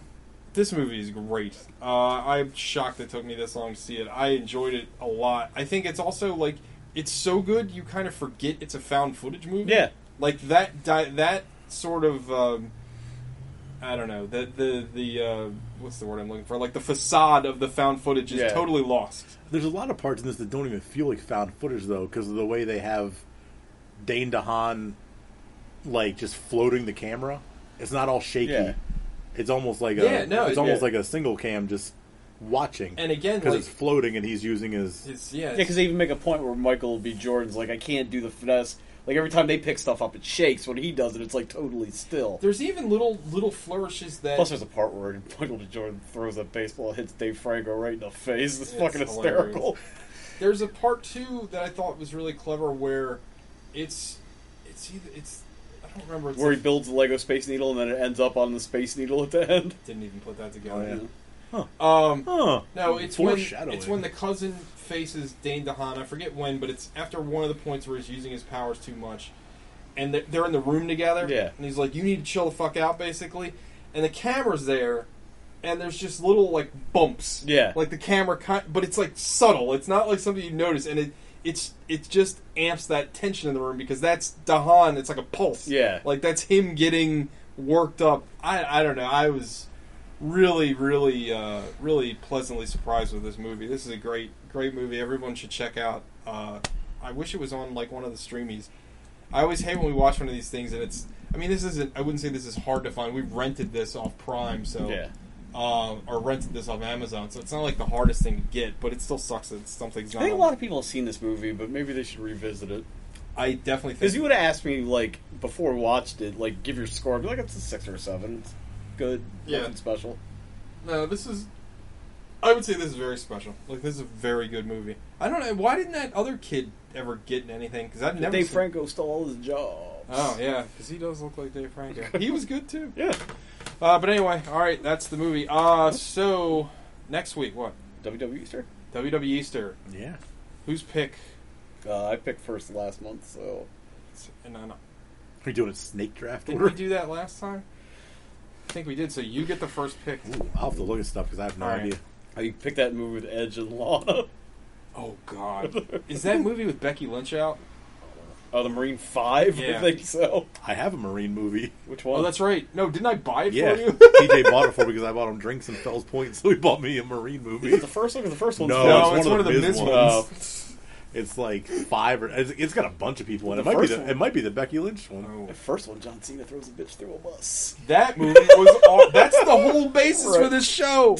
Speaker 7: this movie is great. Uh, I'm shocked it took me this long to see it. I enjoyed it a lot. I think it's also like it's so good you kind of forget it's a found footage movie.
Speaker 6: Yeah.
Speaker 7: like that di- that sort of um, I don't know the the the uh, what's the word I'm looking for? Like the facade of the found footage is
Speaker 6: Yeah.
Speaker 7: totally lost.
Speaker 8: There's a lot of parts in this that don't even feel like found footage though, because of the way they have Dane DeHaan like just floating the camera. It's not all shaky.
Speaker 6: Yeah.
Speaker 8: It's almost like a
Speaker 7: Yeah, no,
Speaker 8: it's
Speaker 7: it-
Speaker 8: almost
Speaker 6: yeah.
Speaker 8: like a single cam just watching.
Speaker 7: And again,
Speaker 8: because
Speaker 7: like-
Speaker 8: it's floating and he's using his.
Speaker 7: It's, yeah,
Speaker 6: Yeah, because they even make a point where Michael B. Jordan's like, I can't do the finesse. Like every time they pick stuff up, it shakes. When he does it, it's like totally still.
Speaker 7: there's even little little flourishes that
Speaker 6: Plus, there's a part where Michael B. Jordan throws a baseball, hits Dave Franco right in the face. It's,
Speaker 7: It's
Speaker 6: fucking hysterical.
Speaker 7: There's a part two that I thought was really clever where it's it's either it's I don't remember. It's
Speaker 6: Where
Speaker 7: the-
Speaker 6: he builds the Lego Space Needle and then it ends up on the Space Needle at the end.
Speaker 7: didn't even put that together.
Speaker 6: Oh, yeah.
Speaker 7: Um,
Speaker 8: Huh.
Speaker 7: no, it's when
Speaker 8: Foreshadowing.
Speaker 7: it's when the cousin faces Dane DeHaan. I forget when, but it's after one of the points where he's using his powers too much, and they're- they're in the room together.
Speaker 6: Yeah.
Speaker 7: and he's like, "You need to chill the fuck out," basically, and the camera's there. And there's just little like bumps,
Speaker 6: Yeah.
Speaker 7: Like the camera, kind, but it's like subtle. It's not like something you notice, and it it's it just amps that tension in the room because that's Dahan. It's like a pulse,
Speaker 6: Yeah.
Speaker 7: Like that's him getting worked up. I I don't know. I was really, really, uh, really pleasantly surprised with this movie. This is a great, great movie. Everyone should check out. Uh, I wish it was on like one of the streamies. I always hate when we watch one of these things and it's. I mean, this isn't. I wouldn't say this is hard to find. We rented this off Prime, so
Speaker 6: Yeah.
Speaker 7: um, or rented this off Amazon, so it's not like the hardest thing to get. But it still sucks that something's
Speaker 6: I
Speaker 7: not.
Speaker 6: think a
Speaker 7: on-
Speaker 6: lot of people have seen this movie, but maybe they should revisit it.
Speaker 7: I definitely
Speaker 6: Because you
Speaker 7: think.
Speaker 6: would have asked me, like, before we watched it, like, give your score. I'd be like, it's a six or a seven. It's good.
Speaker 7: Yeah.
Speaker 6: Nothing special.
Speaker 7: No, this is. I would say this is very special. Like this is a very good movie. I don't know why didn't that other kid ever get in anything? Because I've never.
Speaker 6: Dave
Speaker 7: seen-
Speaker 6: Franco stole all his jobs.
Speaker 7: Oh yeah, because he does look like Dave Franco. he was good too.
Speaker 6: Yeah.
Speaker 7: Uh, but anyway, all right, that's the movie. Uh, so next week, what
Speaker 6: WWE Easter?
Speaker 7: WWE Easter?
Speaker 8: Yeah.
Speaker 7: Who's pick?
Speaker 6: Uh, I picked first last month, so.
Speaker 7: And I
Speaker 8: Are you doing a snake draft
Speaker 7: did
Speaker 8: order?
Speaker 7: we do that last time? I think we did. So you get the first pick.
Speaker 8: Ooh, I'll have to look at stuff because I have no
Speaker 7: All right.
Speaker 8: idea.
Speaker 6: I picked that movie with Edge and Lana.
Speaker 7: Oh God, is that movie with Becky Lynch out?
Speaker 6: Oh, the Marine 5?
Speaker 7: Yeah.
Speaker 6: I think so.
Speaker 8: I have a Marine movie.
Speaker 6: Which
Speaker 7: Oh,
Speaker 6: one?
Speaker 7: that's right. No, didn't I buy it
Speaker 8: Yeah,
Speaker 7: for you?
Speaker 8: TJ bought it for me because I bought him drinks in Fells Point, so he bought me a Marine
Speaker 6: Is it
Speaker 8: movie.
Speaker 6: the first one? 'Cause the first one's
Speaker 8: No,
Speaker 7: No,
Speaker 8: it's, one, of the, Miz
Speaker 7: Miz
Speaker 8: ones.
Speaker 7: ones.
Speaker 8: It's like five or it's, it's got a bunch of people in it.
Speaker 6: The
Speaker 8: It might be
Speaker 6: first
Speaker 8: the, Oh.
Speaker 6: one.
Speaker 8: it might be the Becky Lynch one.
Speaker 6: The first one, John Cena throws a bitch through a bus.
Speaker 7: That movie was. All, that's the whole basis for this show.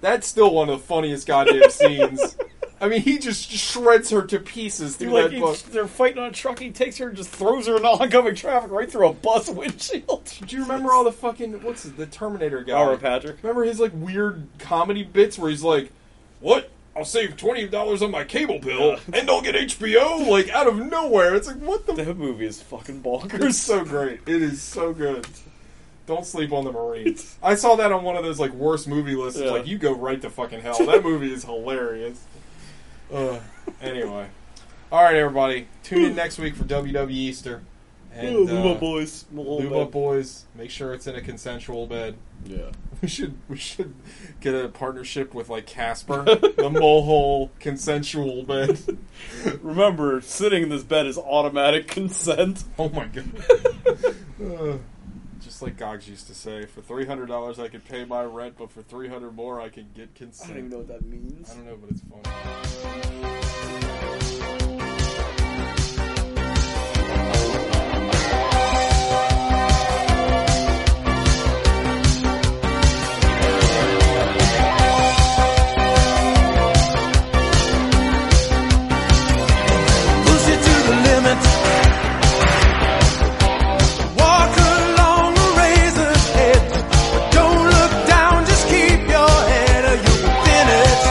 Speaker 7: That's still one of the funniest goddamn scenes. I mean, he just shreds her to pieces through
Speaker 6: like
Speaker 7: that book.
Speaker 6: he's- they're fighting on a truck, he takes her and just throws her in oncoming traffic right through a bus windshield.
Speaker 7: Do you remember all the fucking what's his- the Terminator guy?
Speaker 6: Robert Patrick.
Speaker 7: Remember his like weird comedy bits where he's like, "What? I'll save twenty dollars on my cable bill and don't get HBO." Like out of nowhere, it's like, "What the?"
Speaker 6: That movie is fucking
Speaker 7: It's
Speaker 6: bonkers.
Speaker 7: so great. It is so good. Don't sleep on the Marines. I saw that on one of those like worst movie lists. It's
Speaker 6: Yeah.
Speaker 7: Like you go right to fucking hell. That movie is hilarious. Uh, anyway, all right, everybody, tune in next week for WWE Easter. And,
Speaker 6: Luma
Speaker 7: uh,
Speaker 6: Boys.
Speaker 7: Luba boys, make sure it's in a consensual bed.
Speaker 6: Yeah.
Speaker 7: We should we should get a partnership with like Casper, the mohole consensual bed.
Speaker 6: Remember, sitting in this bed is automatic consent.
Speaker 7: Oh my god. Uh, just like Gogs used to say, for three hundred dollars I could pay my rent, but for three hundred more I could get
Speaker 6: I don't
Speaker 7: consent.
Speaker 6: even know what that means.
Speaker 7: I don't know, but it's funny.
Speaker 2: Push it to the limit. Walk along a razor's edge, but don't look down. Just keep your head, or you'll be finished.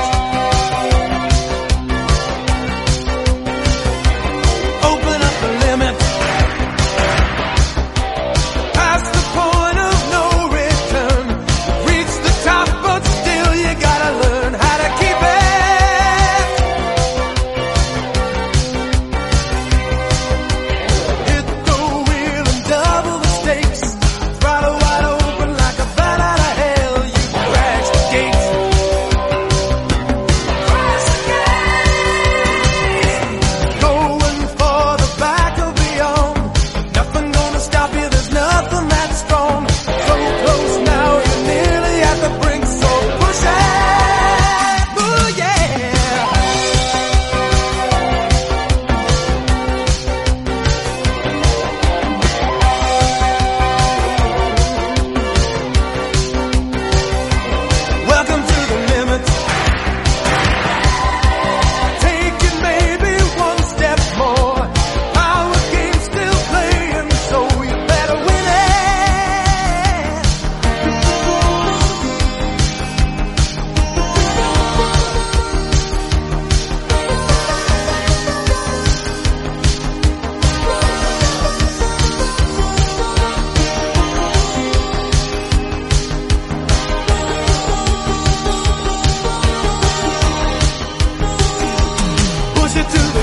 Speaker 5: you to the